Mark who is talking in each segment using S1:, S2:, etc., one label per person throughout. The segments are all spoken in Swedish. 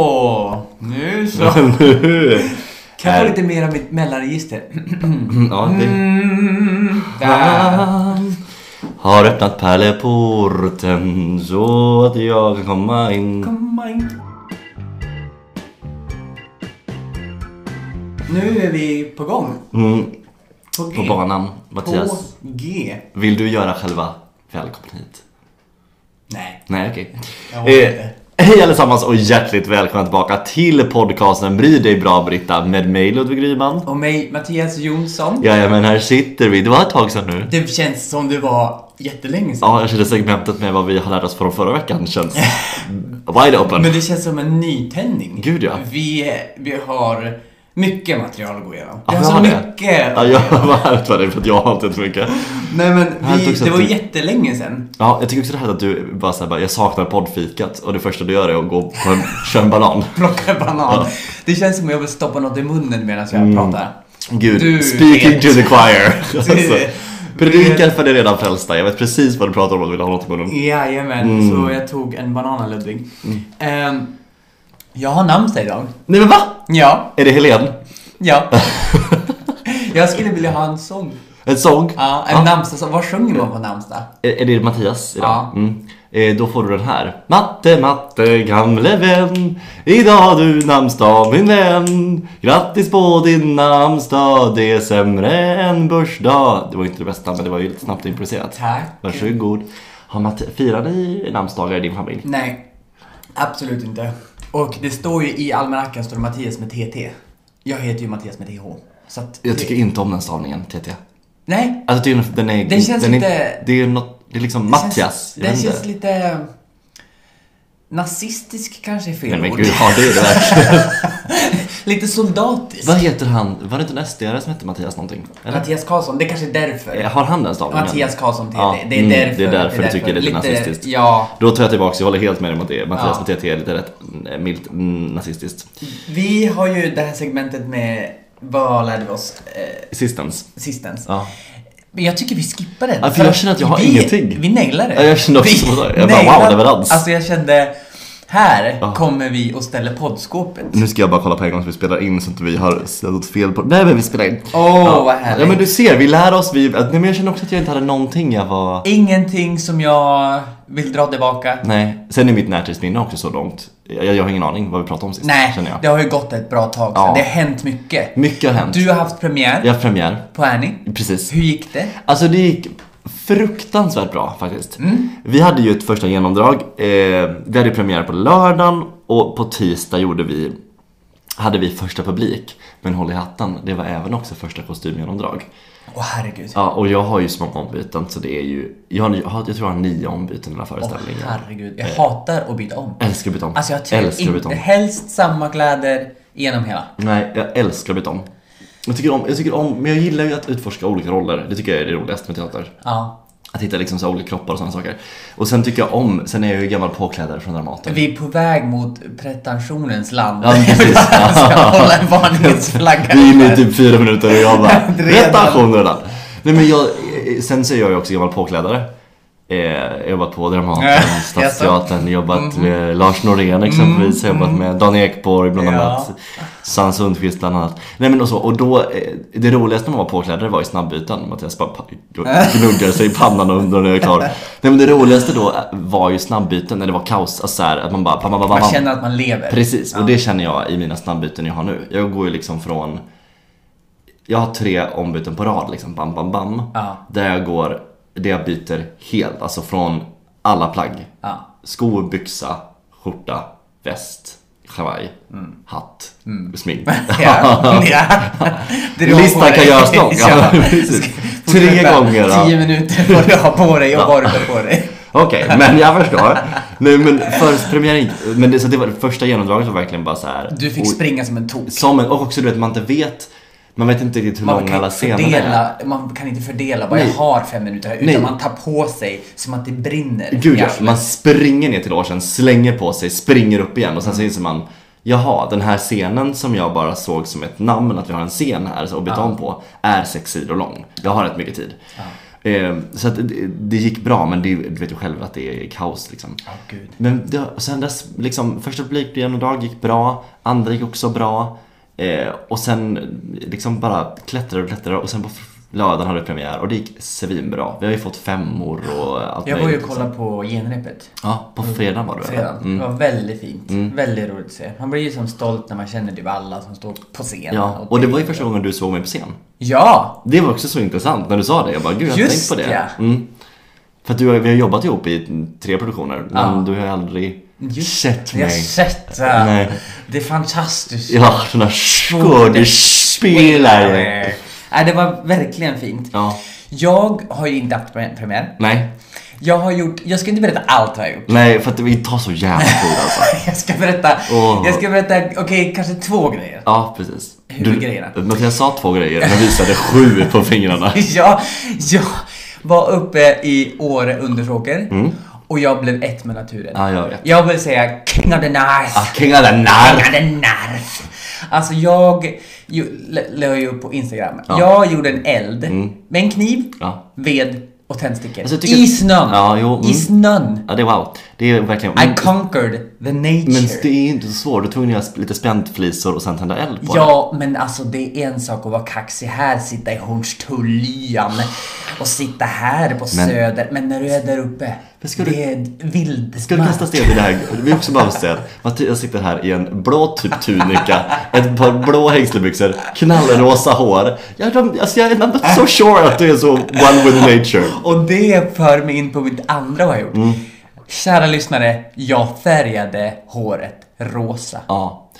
S1: Åh, nu så.
S2: nu!
S1: Kan jag få lite mer av mitt mellanregister?
S2: Ja, det...
S1: Mm, där.
S2: Har öppnat pärleporten så att jag kan komma in.
S1: Komma in. Nu är vi på gång.
S2: Mm,
S1: På G.
S2: på banan.
S1: På
S2: Mattias,
S1: G.
S2: vill du göra själva välkommen hit?
S1: Nej.
S2: Nej, okej.
S1: Jag håller
S2: Eh,
S1: inte.
S2: Hej allesammans och hjärtligt välkomna tillbaka till podcasten Bry dig bra Britta med mig Ludvig Ryman.
S1: Och mig, Mattias Jonsson.
S2: Jajamän, här sitter vi. Det var ett tag sedan nu.
S1: Det känns som det var jättelänge sedan.
S2: Ja, jag känner segmentet med vad vi har lärt oss från förra veckan känns wide open.
S1: Men det känns som en nytändning.
S2: Gud, ja.
S1: Vi, vi har mycket material att gå igenom.
S2: Ja,
S1: vi har
S2: vi
S1: så
S2: har det.
S1: mycket.
S2: Ja, jag var ärligt för dig för att jag har inte så mycket.
S1: Nej men,
S2: Härligt
S1: vi,
S2: också
S1: det
S2: att
S1: var
S2: du-
S1: jättelänge sedan.
S2: Ja, jag tycker också det här att du bara såhär bara, jag saknar poddfikat och det första du gör är att gå på en, köra en banan.
S1: Plocka banan.
S2: Ja. Mm.
S1: Det känns som att jag vill stoppa något i munnen medan jag pratar.
S2: Gud,
S1: Du
S2: speaking
S1: vet.
S2: to the choir. alltså, predikar
S1: vet.
S2: för det redan frälsta, jag vet precis vad du pratar om och vill ha något i munnen.
S1: Jajamän,
S2: Mm.
S1: så jag tog en banan Ludvig. Ehm, jag har namnsdag idag.
S2: Nej men va?
S1: Ja,
S2: Är det Helen?
S1: ja. jag skulle vilja ha en sång.
S2: En sång?
S1: Ja, en
S2: Ja.
S1: namnsdagssång. Vad sjunger man på namnsdag?
S2: Är, är det Mattias idag?
S1: Ja.
S2: Mm. Eh, då får du den här. Matte, matte, gamle vän. Idag har du namnsdag min vän. Grattis på din namnsdag. Det är sämre än börsdag. Det var ju inte det bästa men det var ju lite snabbt improviserat.
S1: Tack.
S2: Varsågod. Har Matt, firar ni namnsdagar i din familj?
S1: Nej, absolut inte. Och det står ju i almanackan står det Mattias med TT. Jag heter ju Mattias med TH. Så att
S2: Jag tycker inte om den stavningen, TT.
S1: Nej,
S2: Alltså den, den är...
S1: Den känns
S2: den är,
S1: lite-
S2: Det är något... Det är liksom
S1: känns-
S2: Mattias. jag
S1: Den
S2: vet inte.
S1: känns lite... eh, Nazistisk kanske är fel
S2: Nej men
S1: ord.
S2: gud, har det det verkligen?
S1: Lite soldatisk.
S2: Vad heter han? Var det inte en SDR som hette Mattias någonting? Eller?
S1: Mattias Karlsson, det kanske är därför.
S2: Eh, Har han den stavningen?
S1: Mattias Karlsson TT.
S2: Ja,
S1: Det är
S2: mm,
S1: därför.
S2: Det är därför du tycker det är lite, nazistiskt.
S1: Ja.
S2: Då tar jag tillbaka, jag håller helt med dig om att det är Mattias
S1: Ja.
S2: med TT är lite rätt mm, milt mm, nazistiskt.
S1: Vi har ju det här segmentet med vad lärde vi oss eh,
S2: Sistens.
S1: sistens.
S2: Ja.
S1: Men jag tycker vi skippar den.
S2: Ja, för jag känner att jag har
S1: vi,
S2: ingenting.
S1: Vi nailade
S2: Ja,
S1: det.
S2: jag kände också
S1: Vi
S2: som att jag bara,
S1: nailade-
S2: wow, leverans.
S1: Alltså jag kände, här
S2: Ja. Mm.
S1: kommer vi och ställer poddskåpet.
S2: Nu ska jag bara kolla på en gång så vi spelar in så att vi har sett fel på... Nej men vi spelar in.
S1: Åh, vad härligt.
S2: Ja men du ser, vi lär oss. Vi... Nej, men jag känner också att jag inte hade någonting jag var...
S1: Eh. Ingenting som jag vill dra tillbaka.
S2: Nej. Sen är mitt närtidsminne också så långt. Jag, jag har ingen aning vad vi pratade om sist.
S1: Nej,
S2: Känner jag.
S1: det har ju gått ett bra tag sedan.
S2: Ja.
S1: Det har hänt mycket.
S2: Mycket har hänt.
S1: Du har haft premiär
S2: Jag har premiär.
S1: på Annie.
S2: Precis.
S1: Hur gick det?
S2: Alltså det gick fruktansvärt bra faktiskt.
S1: Mm.
S2: Vi hade ju ett första genomdrag. Eh, vi hade premiär på lördagen och på tisdag gjorde vi, hade vi första publik. Men håll i hatten, det var även också första kostymgenomdrag.
S1: Åh herregud.
S2: Ja, och jag har ju så många ombyten så det är ju, jag, har, jag har- jag tror jag har nio ombyten i den här
S1: Åh
S2: föreställningen.
S1: herregud. Jag hatar att byta om.
S2: älskar att byta om.
S1: Alltså jag tycker
S2: älskar att
S1: inte,
S2: byta om.
S1: helst samma kläder genom hela.
S2: Nej, jag älskar att byta om. Jag tycker om, jag tycker om, men jag gillar ju att utforska olika roller. Det tycker jag är det roligaste med teater.
S1: Ja.
S2: Att hitta liksom så här olika kroppar och sådana saker. Och sen tycker jag om, sen är jag ju gammal påklädare från Dramaten.
S1: Vi är på väg mot pretensionens land.
S2: Ja, precis.
S1: jag ska hålla en varningens flagga.
S2: Vi är inne i typ fyra minuter och jag bara,
S1: Redan.
S2: retation redan. Nej men jag, eh, sen så är jag ju också gammal påklädare. Eh, jag har jobbat på Dramaten,
S1: Äh,
S2: Stadsteatern, jobbat
S1: Mm.
S2: med Lars Norén exempelvis, jag har jobbat med Dan Ekborg bland
S1: Ja.
S2: annat. Susanne Sundqvist bland annat. Nej men och så, och då, eh, det roligaste med att vara påklädare var i snabbbyten. Mattias bara pa- gnuggar sig i pannan och undrar när jag är klar. Nej men det roligaste då eh, var ju snabbbyten när det var kaos, alltså så här, att man bara, bam, bam, bam, bam,
S1: Man
S2: bam.
S1: känner att man lever.
S2: Precis, och det känner jag i mina snabbbyten jag har nu. Jag går ju liksom från... Jag har tre ombyten på rad liksom, bam, bam, bam.
S1: Ja.
S2: Där jag går, där jag byter helt, alltså från alla plagg.
S1: Ja.
S2: Sko, byxa, skjorta, väst, kavaj, hatt, smink.
S1: Mm. Ja. ja. Dra på
S2: Listan kan
S1: dig.
S2: göras lång. Ja, precis.
S1: Ska-
S2: Tre
S1: fortsätta.
S2: gånger. ja.
S1: Tio minuter får du ha på dig och vad du har på dig.
S2: Okej, men jag förstår. Nej men först premiären gick- men det, så det var det första genomdraget var verkligen bara så här.
S1: Du fick
S2: oj,
S1: springa som en tok.
S2: Som en, och också du vet, man inte vet Man vet inte riktigt hur
S1: Man
S2: långa
S1: kan,
S2: alla
S1: inte
S2: scener är
S1: fördela, man kan inte fördela vad jag
S2: Nej.
S1: har fem minuter här, utan
S2: Nej.
S1: man tar på sig som att det brinner.
S2: Gud
S1: i
S2: ja,
S1: arslet.
S2: man springer ner till logen, slänger på sig, springer upp igen och sen så inser man Jaha, den här scenen som jag bara såg som ett namn, att vi har en scen här så- och byta om på, är sex sidor lång. Jag har rätt mycket tid. Eh, så att det, det gick bra men det, du vet ju själv att det är kaos liksom.
S1: Åh gud.
S2: Men det, och sen dess, liksom, första publikgenomdrag gick bra, andra gick också bra. Eh, och sen liksom bara klättrade och klättrade och sen på f- lördagen hade vi premiär och det gick svinbra. Vi har ju fått femmor och allt
S1: Jag var ju och
S2: liksom.
S1: kollade på genrepet.
S2: Ja, på fredagen var det väl?
S1: Fredagen.
S2: Mm.
S1: Det var väldigt fint. Väldigt roligt att se. Man blir ju som stolt när man känner typ alla som står på scenen.
S2: Ja, och det var ju första gången du såg mig på scen.
S1: Ja!
S2: Det var också så intressant när du sa det. Jag bara, gud jag har inte
S1: Just
S2: tänkt på det.
S1: ja.
S2: Mm. För att du, har- vi har jobbat ihop i tre produktioner, men du har ju aldrig sett
S1: Jag har
S2: mig.
S1: sett det.
S2: Nej.
S1: Det är fantastiskt.
S2: Ja, den här skådespelaren.
S1: Nej, det var verkligen fint.
S2: Ja.
S1: Jag har ju inte haft pre- premiär.
S2: Nej,
S1: Jag har gjort, jag ska inte berätta allt vad jag har gjort.
S2: nej för att vi tar så jävla tid alltså.
S1: Jag ska berätta,
S2: Åh.
S1: jag ska berätta, okej, kanske två grejer.
S2: Ja, precis.
S1: Huvudgrejerna.
S2: Mattias sa två grejer, men visade sju på fingrarna.
S1: Jag, jag var uppe i Åre Undersåker och jag blev ett med naturen.
S2: Mm. Ja, jag vet.
S1: Jag vill säga King of the North.
S2: Ah, King of the
S1: King
S2: North.
S1: of the North. Alltså jag ju- la- la ju upp på Instagram.
S2: Ja. Mm.
S1: Jag gjorde en eld med en kniv,
S2: Ja.
S1: ved och tändstickor.
S2: Alltså, jag tycker-
S1: I snön!
S2: Ja, jo, mm.
S1: I snön!
S2: Ja, det är wow. Det är verkligen...
S1: I conquered the nature.
S2: Men det är ju inte så svårt. Du tog ni lite späntflisor och sen tända eld på det.
S1: Ja, men alltså det är en sak att vara kaxig här, sitta i Hornstullian och sitta här på Söder. Men när du är där uppe,
S2: Men ska
S1: det
S2: du-
S1: är vild
S2: Ska du kasta sten i det här? Vi också bara måste säga att Mattias sitter här i en blå typ tunika, ett par blå hängslebyxor, knallrosa hår. Jag, de, alltså, jag är not so sure att du är så one with nature.
S1: Och det för mig in på mitt andra vad jag gjort.
S2: Mm.
S1: Kära lyssnare, jag färgade håret rosa.
S2: Ja.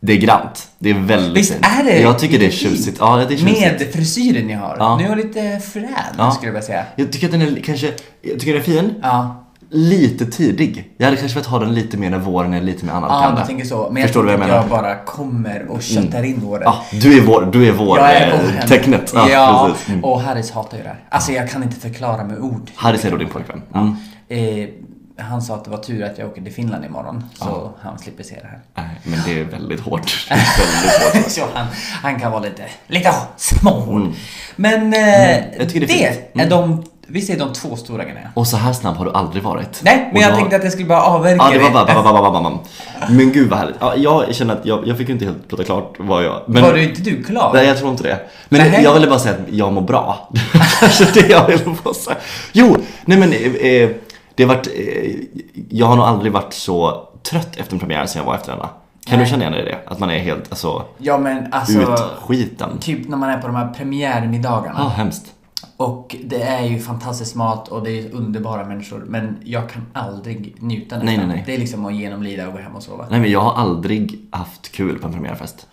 S2: Det är grant. Det är väldigt
S1: Visst
S2: fint.
S1: är det
S2: Jag tycker det är
S1: fint?
S2: tjusigt. Ja, det är tjusigt.
S1: Med frisyren jag har.
S2: Ja.
S1: Nu är jag lite frän,
S2: Ja.
S1: skulle jag vilja säga.
S2: Jag tycker att den är kanske, jag tycker den är fin.
S1: Ja.
S2: Lite tidig. Jag hade kanske velat ha den lite mer när våren är lite mer
S1: Ja,
S2: annalkande.
S1: du tänker så. Men jag
S2: Förstår
S1: tror
S2: du vad jag
S1: att
S2: menar?
S1: jag bara kommer och köttar in håret.
S2: Ja, du är vår, du är vår,
S1: Jag är
S2: eh,
S1: oren.
S2: tecknet.
S1: Ja,
S2: Ja, precis. Mm.
S1: och Harris hatar ju det här. Alltså jag kan inte förklara med ord.
S2: Harris är då din pojkvän. Mm.
S1: Eh, han sa att det var tur att jag åker till Finland imorgon, så
S2: Ah.
S1: han slipper se det här.
S2: Nej, men det är väldigt hårt. Det är väldigt hårt.
S1: så han, han kan vara lite, lite småhård. Men eh,
S2: Mm. jag tycker
S1: det,
S2: det är fint. Mm.
S1: är de, visst är de två stora grejerna?
S2: Och så här snabb har du aldrig varit.
S1: Nej, men
S2: Och
S1: jag, tänkte att jag skulle bara avverka
S2: Ja, det var bara, bara, bara, bara, bara, bara. Men gud vad härligt. Ja, jag känner att jag, jag fick ju inte helt prata klart vad jag... Men,
S1: Var du inte du klar?
S2: Nej, jag tror inte det. Men
S1: Nej.
S2: jag ville bara säga att jag mår bra. Kanske det jag ville bara säga. Jo, nej men eh, eh, det har varit, eh, jag har nog aldrig varit så trött efter en premiär som jag var efter denna.
S1: Nej.
S2: Kan du känna igen dig i det? Att man är helt, alltså,
S1: Ja men alltså,
S2: utskiten.
S1: typ när man är på de här premiärmiddagarna.
S2: Ja, Ah, hemskt.
S1: Och det är ju fantastisk mat och det är underbara människor. Men jag kan aldrig njuta nästan.
S2: Nej, nej, nej.
S1: Det är liksom att genomlida och gå hem och sova.
S2: Nej men jag har aldrig haft kul på en premiärfest.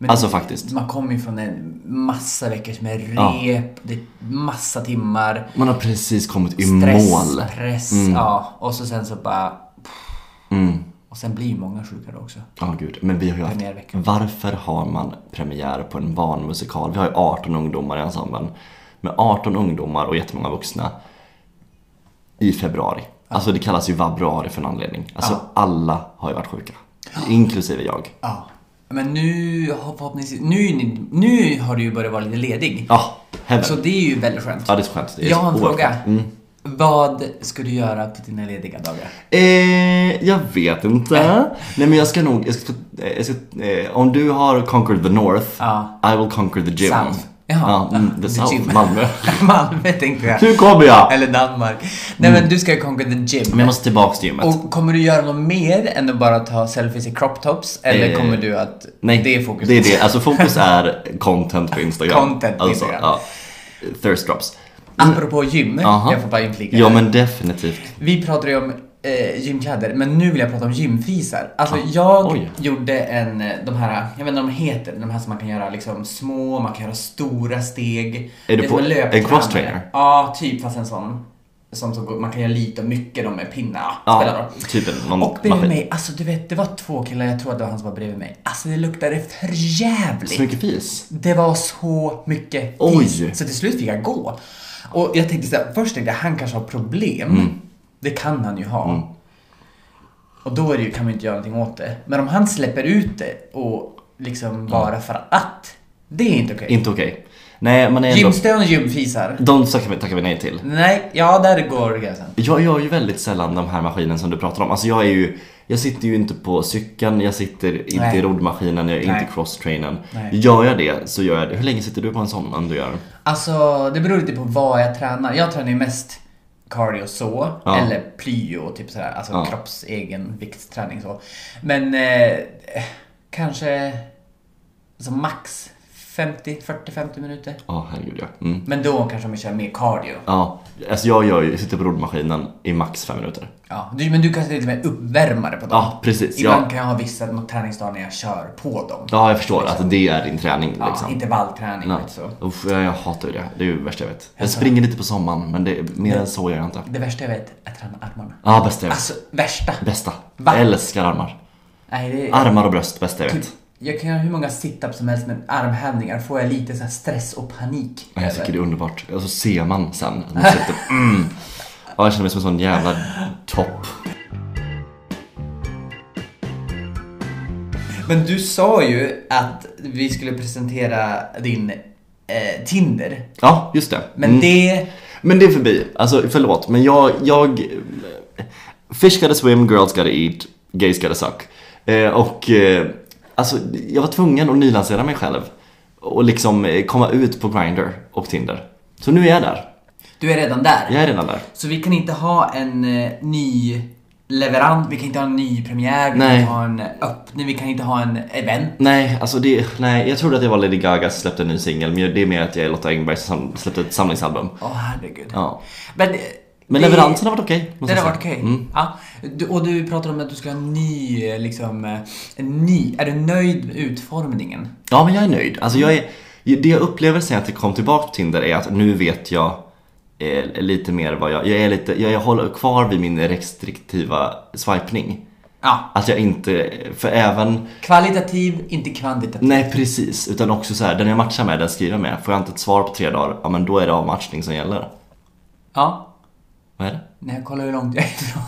S1: Men
S2: alltså faktiskt.
S1: Man kommer ju från en massa veckor som är
S2: Ja.
S1: rep, det är massa timmar,
S2: Man har precis kommit i
S1: stress,
S2: mål. Mm.
S1: press. Ja, och så sen så bara... Och sen blir ju många sjuka då också.
S2: Ja, gud. Men vi har ju haft...
S1: Premiärveckan.
S2: Varför har man premiär på en barnmusikal? Vi har ju 18 ungdomar i ensemblen. Med 18 ungdomar och jättemånga vuxna. I februari. Alltså det kallas ju vabruari för en anledning. Alltså alla har ju varit sjuka. Inklusive jag.
S1: Ja. Men nu har förhoppningsvis... Nu, är ni- nu har du ju börjat vara lite ledig.
S2: Ja, heaven.
S1: Så det är ju väldigt skönt.
S2: Ja, det är så skönt. Det är
S1: Jag
S2: så
S1: har en
S2: oerhört
S1: fråga.
S2: skönt. Mm.
S1: Vad ska du göra på dina lediga dagar?
S2: Eh, jag vet
S1: Eh.
S2: inte. Nej men jag ska nog, jag ska, eh, jag ska, eh, om du har conquered the North,
S1: Ja.
S2: I will conquer the gym.
S1: South.
S2: Ja, mm, the, South,
S1: gym.
S2: Malmö.
S1: Malmö tänkte jag.
S2: Nu kommer jag!
S1: Eller Danmark. Nej men du ska ju conquer the gym.
S2: Mm. Men jag måste tillbaka till gymmet.
S1: Och kommer du göra något mer än att bara ta selfies i crop tops? Eller
S2: Eh,
S1: kommer du att...
S2: Nej,
S1: Det är fokus.
S2: Det är det. Alltså fokus är content på Instagram.
S1: Content på
S2: alltså,
S1: Instagram.
S2: Ja. Thirst drops.
S1: Apropå gym,
S2: Aha.
S1: jag får bara inflika.
S2: Ja
S1: här.
S2: men definitivt.
S1: Vi pratade ju om eh, gymkläder, men nu vill jag prata om gymfrisar. Alltså jag
S2: Ah, Oj.
S1: gjorde en, eh, de här, jag vet inte vad de heter, de här som man kan göra liksom små, man kan göra stora steg.
S2: Är du
S1: Det som
S2: på-
S1: löptränare.
S2: en crosstrainer?
S1: Ja, typ fast en sån. Som så, går- man kan göra lite och mycket, de med pinnar. Ja, spelar
S2: Ja,
S1: roll.
S2: typ en- någon
S1: Och bredvid
S2: maskin.
S1: mig, alltså du vet, det var två killar, jag tror att det var han som var bredvid mig. Alltså det luktade för jävligt.
S2: Så mycket fis.
S1: Det var så mycket
S2: Oj.
S1: is, så till slut fick jag gå. Och jag tänkte så här, först tänkte jag han kanske har problem.
S2: Mm.
S1: Det kan han ju ha. Och då är det ju, kan man ju inte göra någonting åt det. Men om han släpper ut det och liksom bara för att. Det är inte okej.
S2: Inte okej. Nej, man är ändå...
S1: Gymstön och gymfisar.
S2: De tackar vi, tackar vi nej till.
S1: Nej, ja där går gränsen.
S2: Jag gör ju väldigt sällan de här maskinen som du pratar om. Alltså jag är ju, jag sitter ju inte på cykeln, jag sitter inte
S1: Nej.
S2: i roddmaskinen, jag är inte
S1: Nej.
S2: i crosstrainern.
S1: Nej.
S2: Gör jag det så gör jag det. Hur länge sitter du på en sån om du gör?
S1: Alltså, det beror lite på vad jag tränar. Jag tränar ju mest cardio så,
S2: Ja.
S1: eller plyo, typ sådär. Alltså
S2: Ja.
S1: kropps egen viktträning så. Men eh, kanske alltså max 50, 40-50 minuter.
S2: Ja, herregud ja. Mm.
S1: Men då kanske man kör mer cardio.
S2: Ja, alltså jag gör ju, jag sitter på roddmaskinen i max fem minuter.
S1: Ja. Du, men du kanske är lite mer uppvärmare på dem.
S2: Ja, precis.
S1: Ibland
S2: Ja,
S1: kan jag ha vissa träningsdagar när jag kör på dem.
S2: ja jag förstår att det är din träning
S1: Ja,
S2: liksom.
S1: intervallträning.
S2: Ja.
S1: lite Så.
S2: Uff, jag, jag hatar ju det. Det är ju det värsta jag vet.
S1: Alltså.
S2: Jag springer lite på sommaren men det, mer än så gör jag inte.
S1: Det värsta jag vet är att träna armarna.
S2: Ja, bästa jag vet.
S1: Alltså, värsta.
S2: Bästa.
S1: Va?
S2: Jag älskar armar.
S1: Nej, det är...
S2: Armar och bröst, bästa jag vet.
S1: Typ. Jag kan göra hur många sit-ups som helst men armhävningar får jag lite så här stress och panik.
S2: Nej, Jag
S1: över.
S2: tycker det är underbart. Och så ser man sen. att Man sitter, mm. ja, jag känner mig som en sån jävla topp.
S1: Men du sa ju att vi skulle presentera din eh, Tinder.
S2: Ja, just det.
S1: Men
S2: Mm.
S1: det...
S2: men det är förbi. Alltså, förlåt. Men jag... jag fish gotta swim, girls gotta eat, gays gotta suck. Eh, och eh, alltså, jag var tvungen att nylansera mig själv. Och liksom eh, komma ut på Grindr och Tinder. Så nu är jag där.
S1: Du är redan där.
S2: Jag är redan där.
S1: Så vi kan inte ha en eh, ny leverant, vi kan inte ha en ny premiär, vi
S2: Nej.
S1: kan inte ha en öppning, vi kan inte ha en event.
S2: Nej, alltså det, nej, jag trodde att jag var Lady Gaga som släppte en ny singel, men det är mer att jag är Lotta Engberg som släppte ett samlingsalbum.
S1: Åh herregud.
S2: Ja.
S1: Men, eh,
S2: Men
S1: det-
S2: leveransen har varit okej. måste
S1: Den
S2: jag
S1: har
S2: säga.
S1: varit okej.
S2: Mm.
S1: Ja. Du, och du pratar om att du ska ha en ny, eh, liksom, eh, en ny. Är du nöjd med utformningen?
S2: Ja, men jag är nöjd. Alltså jag är, det jag upplever sen att jag kom tillbaka till Tinder är att nu vet jag eh, lite mer vad jag... Jag, är lite, jag, jag håller kvar vid min restriktiva swipning.
S1: Ja.
S2: Att jag inte... För även...
S1: Kvalitativ, inte kvantitativ.
S2: Nej, precis. Utan också så här, den jag matchar med, den skriver jag med. Får jag inte ett svar på tre dagar, ja men då är det avmatchning som gäller.
S1: Ja.
S2: Vad är det?
S1: När jag kollar hur långt jag är ifrån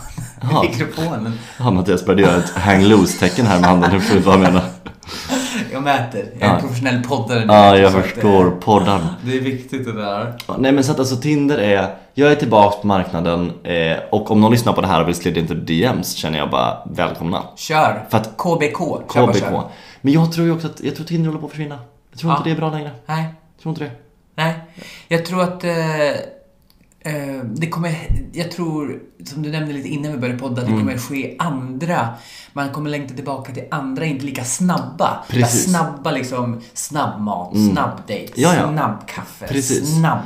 S2: Jaha.
S1: mikrofonen.
S2: Ja, Mattias började göra ett hang loose-tecken här med handen. Nu får du bara mena.
S1: Jag mäter. Jag är en
S2: Ja.
S1: professionell poddare nu,
S2: Ja, jag
S1: så att, eh,
S2: förstår. Poddarn.
S1: Det är viktigt det där.
S2: Ja, Nej men så att alltså Tinder är, jag är tillbaka på marknaden eh, och om någon lyssnar på det här och vill slida in till DMs känner jag bara välkomna.
S1: Kör!
S2: För att
S1: KBK. Kör bara
S2: KBK.
S1: kör.
S2: Men jag tror ju också att, jag tror Tinder håller på att försvinna. Jag tror
S1: Ja.
S2: inte det är bra längre.
S1: Nej.
S2: Jag tror inte det.
S1: Nej, jag tror att eh, eh, det kommer, jag tror, som du nämnde lite innan vi började podda, att
S2: Mm.
S1: det kommer ske andra, man kommer längta tillbaka till andra, inte lika snabba. Där
S2: Precis. Mm.
S1: Snabba liksom, snabbmat, snabbdejt,
S2: Ja, ja.
S1: snabbkaffe,
S2: Precis.
S1: snabb...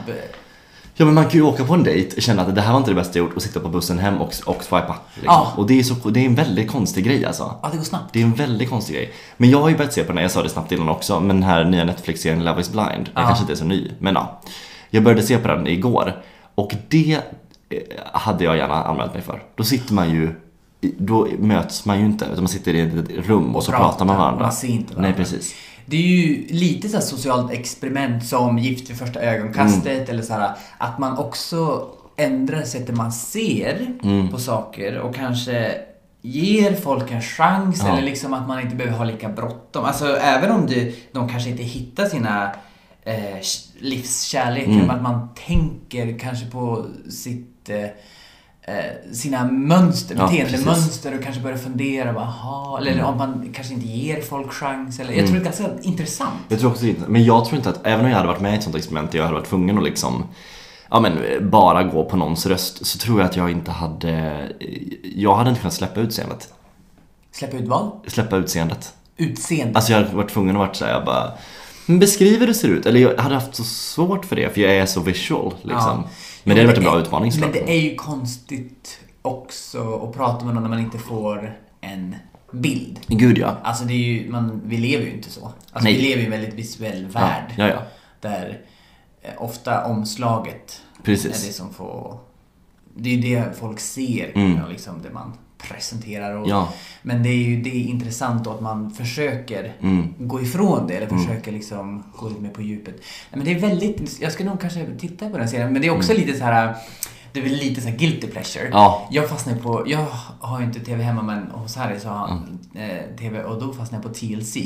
S2: Ja men man kan ju åka på en dejt och känna att det här var inte det bästa jag gjort och sitta på bussen hem och, och swipa. Liksom.
S1: Ja.
S2: Och det är, så, det är en väldigt konstig grej alltså.
S1: Ja, det går snabbt.
S2: Det är en väldigt konstig grej. Men jag har ju börjat se på den här, jag sa det snabbt innan också, men den här nya Netflix-serien Love is blind. Den
S1: Ja.
S2: kanske inte är så ny, men ja. Jag började se på den igår och det eh, hade jag gärna anmält mig för. Då sitter man ju, i- då möts man ju inte, utan man sitter i ett rum och så pratar, man med varandra.
S1: Man ser inte varandra.
S2: Nej, precis.
S1: Det är ju lite så här socialt experiment som Gift vid första ögonkastet eller så här att man också ändrar sättet man ser på saker och kanske ger folk en chans
S2: Ja.
S1: eller liksom att man inte behöver ha lika bråttom. Alltså även om det, de kanske inte hittar sina eh, livskärlek, men att man tänker kanske på sitt eh, eh, sina mönster,
S2: Ja, Mm.
S1: beteendemönster mönster och kanske börja fundera på, aha, eller om man kanske inte ger folk chans. Eller, jag tror det är ganska intressant.
S2: Jag tror också inte, men jag tror inte att, även om jag hade varit med i ett sånt experiment där jag hade varit tvungen att liksom Ja men eh, bara gå på någons röst så tror jag att jag inte hade eh, Jag hade inte kunnat släppa utseendet
S1: Släppa ut vad?
S2: Släppa utseendet
S1: Utseende.
S2: Alltså jag hade varit tvungen att vara såhär, jag bara "Men Beskriv hur det ser ut, eller jag hade haft så svårt för det för jag är så visual liksom
S1: Ja.
S2: Men det
S1: Jo,
S2: hade varit en bra
S1: är-
S2: utmaning
S1: Men
S2: såklart
S1: det är ju konstigt också att prata med någon när man inte får en bild.
S2: Gud ja
S1: Alltså det är ju, man, vi lever ju inte så. Alltså
S2: Nej.
S1: vi lever ju i en väldigt visuell
S2: Ja,
S1: värld.
S2: ja, ja.
S1: Där eh, ofta omslaget är det
S2: precis
S1: som får... Det är ju det folk ser,
S2: Mm.
S1: ja, liksom det man presenterar. Och,
S2: Ja.
S1: Men det är ju det är intressant då att man försöker
S2: Mm.
S1: gå ifrån det eller försöker liksom gå lite mer på djupet. Nej, Men det är väldigt, jag ska nog kanske titta på den serien, men det är också lite så här det är väl lite så här guilty pleasure.
S2: Mm. Ja.
S1: Jag fastnar på, jag har ju inte TV hemma men hos Harry så har han
S2: Mm.
S1: eh, TV och då fastnar jag på TLC.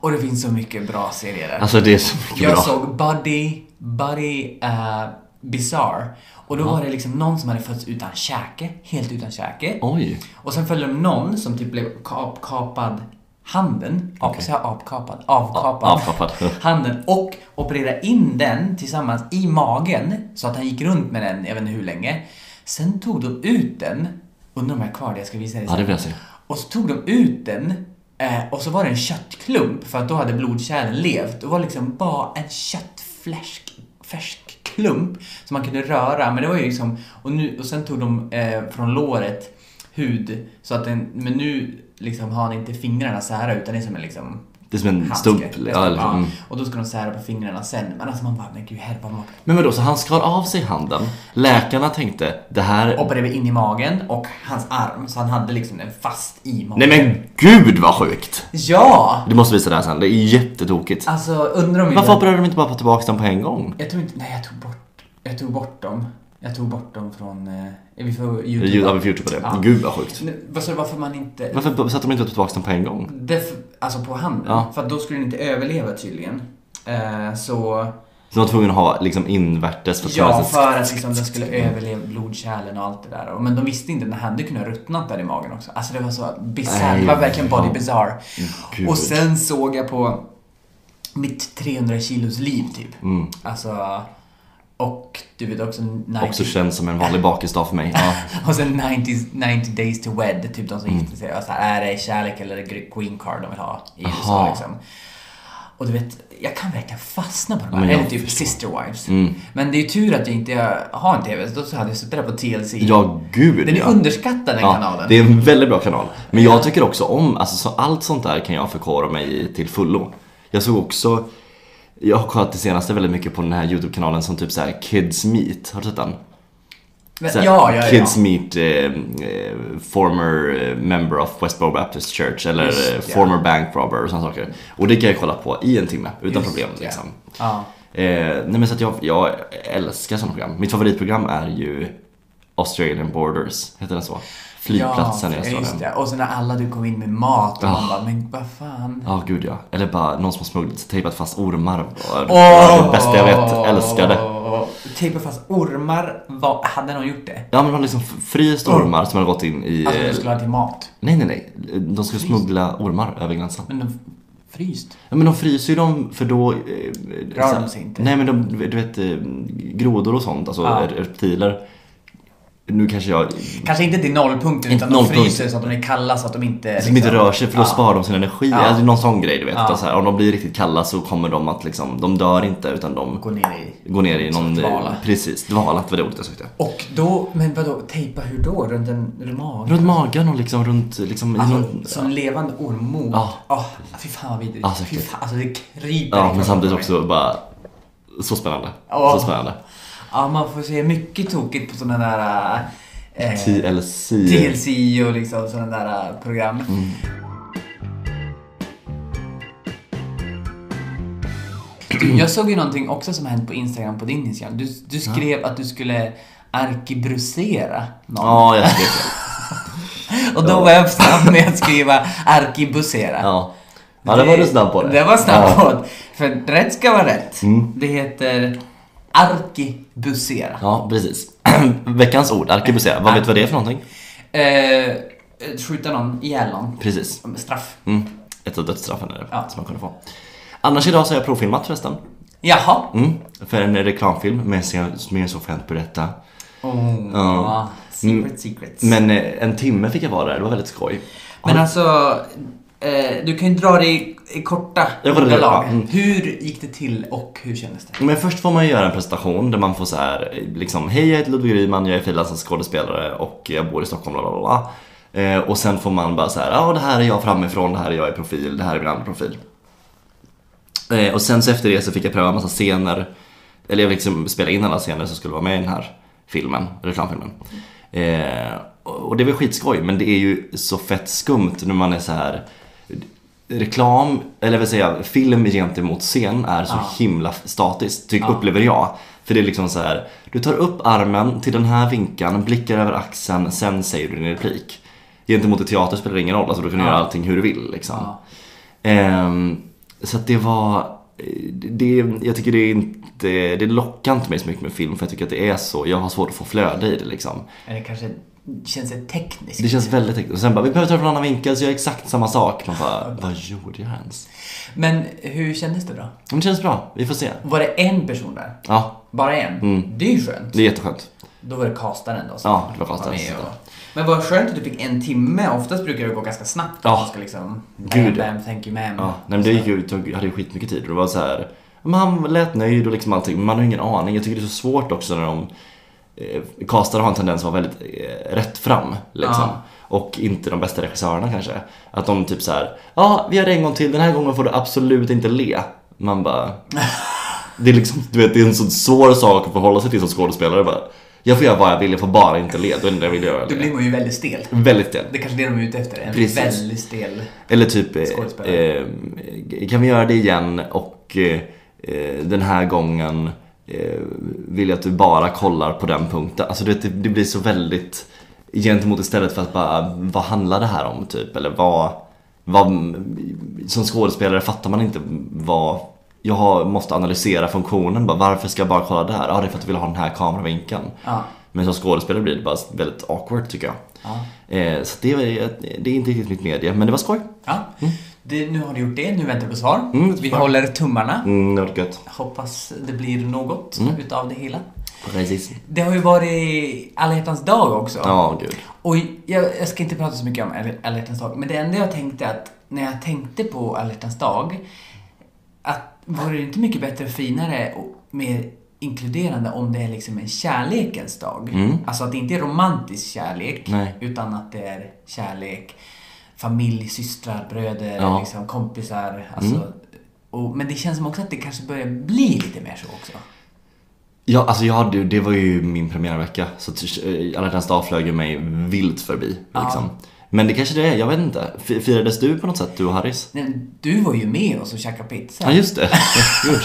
S1: Och det finns så mycket bra serier där.
S2: Alltså det är så Ah. mycket
S1: jag
S2: bra.
S1: såg Buddy, Buddy eh, Bizarre. Och då var det liksom någon som hade fötts utan käke, helt utan käke.
S2: Oj.
S1: Och sen följde de någon som typ blev kap, kapad handen.
S2: Okej.
S1: Okay. Så här, apkapad. Avkapad.
S2: Ja, avkapad.
S1: handen. Och operera in den tillsammans i magen. Så att han gick runt med den, jag vet inte hur länge. Sen tog de ut den. Undrar om jag har kvar det, jag ska visa dig
S2: Ja, det
S1: sen.
S2: vill jag se.
S1: Och så tog de ut den. eh, Och så var det en köttklump för att då hade blodkärlen levt. Det var liksom bara en köttfläsk färsk klump som man kunde röra. Men det var ju liksom, och, nu, och sen tog de eh, från låret hud så att den, men nu liksom har han inte fingrarna så här utan det är som en liksom
S2: Det är som en
S1: handske. Liksom.
S2: stump. Ja, eller,
S1: Ja,
S2: mm.
S1: Och då ska de sära på fingrarna sen. Men alltså man bara, men gud herre
S2: Men vadå, så han skar av sig handen. Läkarna tänkte, det här...
S1: Opererade in i magen och hans arm så han hade liksom den fast i magen.
S2: Nej men gud vad sjukt!
S1: Ja!
S2: Du måste visa det här sen, det är jättetokigt.
S1: Alltså undrar om
S2: Varför opererade de inte bara tillbaka den på en gång?
S1: Jag tror inte, nej jag tog bort, jag tog bort dem. Jag tog bort dem från, eh, vi får
S2: Ja,
S1: Youtube.
S2: vi får YouTube på det.
S1: Ja.
S2: Gud vad sjukt.
S1: Nu, Vad sa du, varför man inte,
S2: Varför satte de inte tillbaka den på en gång?
S1: def, alltså på handen?
S2: Ja.
S1: För att då skulle den inte överleva tydligen. Eh, så,
S2: Så de var tvungna att ha liksom invärtes för att
S1: ja
S2: klara sig.
S1: för att liksom den skulle överleva blodkärlen och allt det där. Och- Men de visste inte, den hade kunnat ruttnat där i magen också. Alltså det var så bisarrt, det var verkligen body bizarre.
S2: Gud.
S1: Och sen såg jag på mitt 300 kilos liv typ.
S2: Mm.
S1: Alltså, och du vet också Nike
S2: Också känns som en vanlig bakisdag för mig. Ja.
S1: Och sen 90, 90 days to wed, typ de som
S2: Mm.
S1: gifter sig. Och så här, är det kärlek eller är det green card de vill ha i USA
S2: Aha.
S1: liksom. Och du vet, jag kan verkligen fastna på de
S2: Ja,
S1: här.
S2: men jag Mm.
S1: Eller typ sister wives. Men det är ju tur att jag inte har en TV, så då hade jag suttit där på TLC.
S2: ja, gud
S1: den är
S2: ja.
S1: underskattad den
S2: Ja,
S1: kanalen.
S2: det är en väldigt bra kanal. Men jag tycker också om, alltså så allt sånt där kan jag förkovra mig i till fullo. Jag såg också, jag har kollat det senaste väldigt mycket på den här YouTube-kanalen som typ så här Kids Meet, har du sett den?
S1: Men,
S2: Så här,
S1: ja, ja,
S2: Kids
S1: ja.
S2: Meet, eh, eh, former eh, member of Westboro Baptist Church eller
S1: Just
S2: eh,
S1: det.
S2: former bank robber och sådana saker. Och det kan jag kolla på i en timme utan
S1: Just
S2: problem
S1: det.
S2: liksom.
S1: ja.
S2: Eh, nej men så att jag, jag älskar sådana program. Mitt favoritprogram är ju Australian Borders, heter den så? Flygplatsen i
S1: ja,
S2: Australien.
S1: just det. Och sen när alla du kom in med mat och man
S2: Ah.
S1: bara, men vad fan.
S2: Ja, gud ja. Eller bara någon som har smugglat, tejpat fast ormar. Det var
S1: Åh!
S2: Det bästa jag vet, älskade.
S1: Tejpa fast ormar, vad, hade någon gjort det?
S2: Ja men de har liksom fryst ormar som har gått in i...
S1: Mm. Alltså du
S2: eh,
S1: skulle ha till mat.
S2: Nej nej nej, de skulle smuggla ormar över gränsen.
S1: Men de fryst.
S2: Ja men de fryser ju dem för då... eh, så här-
S1: de sig inte?
S2: Nej men de, du vet, eh, grodor och sånt, alltså
S1: Ja.
S2: re- reptiler. Nu kanske jag...
S1: Kanske inte till nollpunkten
S2: Inte
S1: utan de
S2: nollpunkt.
S1: fryser så att de är kalla så att de inte... liksom-
S2: Som inte rör sig för då
S1: ja.
S2: sparar de sin energi.
S1: Ja.
S2: Alltså, någon sån grej du vet.
S1: Ja.
S2: Utan Så här, om de blir riktigt kalla så kommer de att liksom, de dör inte utan de
S1: Gå ner i.
S2: går ner i någon...
S1: Dvala.
S2: Precis, dvalat var det ordet jag sökte.
S1: Och då, men vadå, tejpa hur då? Runt en runt magen?
S2: Runt magen och liksom runt, liksom i
S1: Alltså,
S2: någon...
S1: som levande ormmod?
S2: Ja.
S1: Oh, fy fan vad vidrigt.
S2: Ja, så
S1: fy
S2: äckligt.
S1: fan, alltså det kryper.
S2: Ja,
S1: i
S2: men
S1: kroppen
S2: samtidigt
S1: på mig.
S2: också bara... Så spännande.
S1: Ja.
S2: Så spännande.
S1: Ja, man får se mycket tokigt på sådana där... eh,
S2: TLC.
S1: TLC och liksom sådana där eh, program.
S2: Mm.
S1: Jag såg ju någonting också som hänt på Instagram, på din Instagram. Du, du skrev att du skulle arkibrusera någon.
S2: Ja, jag skrev det.
S1: Och då var jag snabb med att skriva arkibusera.
S2: Ja. ja, det var du snabb på det.
S1: Det var snabb
S2: ja. Mm.
S1: på det. För rätt ska vara rätt. Det heter arkibusera.
S2: Ja, precis. Veckans ord, arkebusera. Vad vet du vad det är för någonting?
S1: Eh, skjuta någon ihjäl någon.
S2: Precis.
S1: Straff.
S2: Mm. Ett av dödsstraffen är det,
S1: Ja.
S2: som man kunde få. Annars idag så har jag provfilmat förresten.
S1: Jaha.
S2: Mm. För en reklamfilm, men jag ska mer så får jag inte berätta.
S1: Oh,
S2: Ja.
S1: Secret
S2: Mm.
S1: secrets.
S2: Men eh, en timme fick jag vara där, det var väldigt skoj.
S1: Men alltså, eh, du kan ju dra det i, i korta
S2: Jag får det,
S1: ordalag.
S2: ja. Mm.
S1: Hur gick det till och hur kändes det?
S2: Men först får man ju göra en presentation där man får så här, liksom Hej jag heter Ludvig Ryman, jag är frilansande skådespelare och jag bor i Stockholm, bla bla bla. Eh, och sen får man bara så här, ja det här är jag framifrån, det här är jag i profil, det här är min andra profil. Eh, och sen så efter det så fick jag pröva en massa scener, eller jag fick liksom spela in alla scener som skulle vara med i den här filmen, reklamfilmen. Eh, och och det var skitskoj, men det är ju så fett skumt när man är så här reklam, eller vad säger jag, film gentemot scen är så
S1: Ja.
S2: himla statiskt, tycker typ, upplever jag. För det är liksom så här. du tar upp armen till den här vinkeln, blickar över axeln, sen säger du din replik. Gentemot i teater spelar det ingen roll, alltså du kan
S1: Ja.
S2: göra allting hur du vill liksom.
S1: Ja.
S2: Ehm, så att det var, det, jag tycker det är inte, det lockar inte mig så mycket med film för jag tycker att det är så, jag har svårt att få flöde i det liksom.
S1: Eller kanske känns det tekniskt.
S2: Det känns väldigt tekniskt. Och sen bara, vi behöver ta det från en annan vinkel så jag gör exakt samma sak. Man bara, vad gjorde jag ens?
S1: Men hur kändes det då?
S2: Men det känns bra, vi får se.
S1: Var det en person där?
S2: Ja,
S1: Bara en? Det är ju skönt.
S2: det är jätteskönt.
S1: Då var det castaren då som
S2: Mm. Ja, det var castaren
S1: med
S2: som
S1: och... Men vad skönt att du fick en timme. Oftast brukar det gå ganska snabbt.
S2: Ja.
S1: Man ska liksom...
S2: Gud.
S1: Bam, bam, thank you ma'am.
S2: Ja, nej men det gick ju, tog, hade ju skitmycket tid och det var så här, men han lät nöjd och liksom allting, men man har ju ingen aning. Jag tycker det är så svårt också när de, eh, castare har en tendens att vara väldigt eh, rätt fram liksom.
S1: Ja.
S2: Och inte de bästa regissörerna kanske. Att de typ så här, ja vi gör det en gång till, den här gången får du absolut inte le. Man bara, det är liksom, du vet det är en så svår sak att förhålla sig till som skådespelare bara. Jag får göra vad jag vill, jag får bara inte le, då är det det jag vill göra.
S1: Då blir man ju väldigt stel.
S2: Väldigt stel.
S1: Det är kanske är det de är ute efter. En
S2: Precis.
S1: väldigt stel...
S2: Eller typ, eh,
S1: Skådespelare.
S2: eh, kan vi göra det igen och eh, eh, den här gången eh, vill jag att du bara kollar på den punkten. Alltså det, det blir så väldigt gentemot istället för att bara, vad handlar det här om typ? Eller vad, vad som skådespelare fattar man inte vad jag har- måste analysera funktionen. Bara, varför ska jag bara kolla där? Ja, det är för att du vill ha den här kameravinkeln.
S1: Ja.
S2: Men som skådespelare blir det bara väldigt awkward tycker jag.
S1: Ja.
S2: Eh, så det, är- det är inte riktigt mitt medie, men det var skoj.
S1: ja. Det, nu har du gjort det. Nu väntar du på svar.
S2: Mm,
S1: Vi
S2: svar.
S1: håller tummarna.
S2: Mm, det var gött.
S1: Hoppas det blir något utav det hela.
S2: Precis.
S1: Det har ju varit alla hjärtans dag också.
S2: Ja, gud.
S1: Och jag, jag ska inte prata så mycket om Alla- alla hjärtans dag, men det enda jag tänkte att när jag tänkte på alla hjärtans dag, att vore det inte mycket bättre och finare och mer inkluderande om det är liksom en kärlekens dag? Alltså att det inte är romantisk kärlek,
S2: Mm. Nej.
S1: utan att det är kärlek, familj, systrar, bröder,
S2: Ja. Mm.
S1: liksom, kompisar. Alltså, och, men det känns som också att det kanske börjar bli lite mer så också.
S2: Ja, alltså jag hade, ju- det var ju min premiärvecka. Så att, eh, alla hjärtans dag flög ju mig vilt förbi. Liksom. Men det kanske det är, jag vet inte. F- Firades du på något sätt, du och Harris?
S1: Nej, men Du var ju med oss och käkade pizza.
S2: Ja, just det. Gud.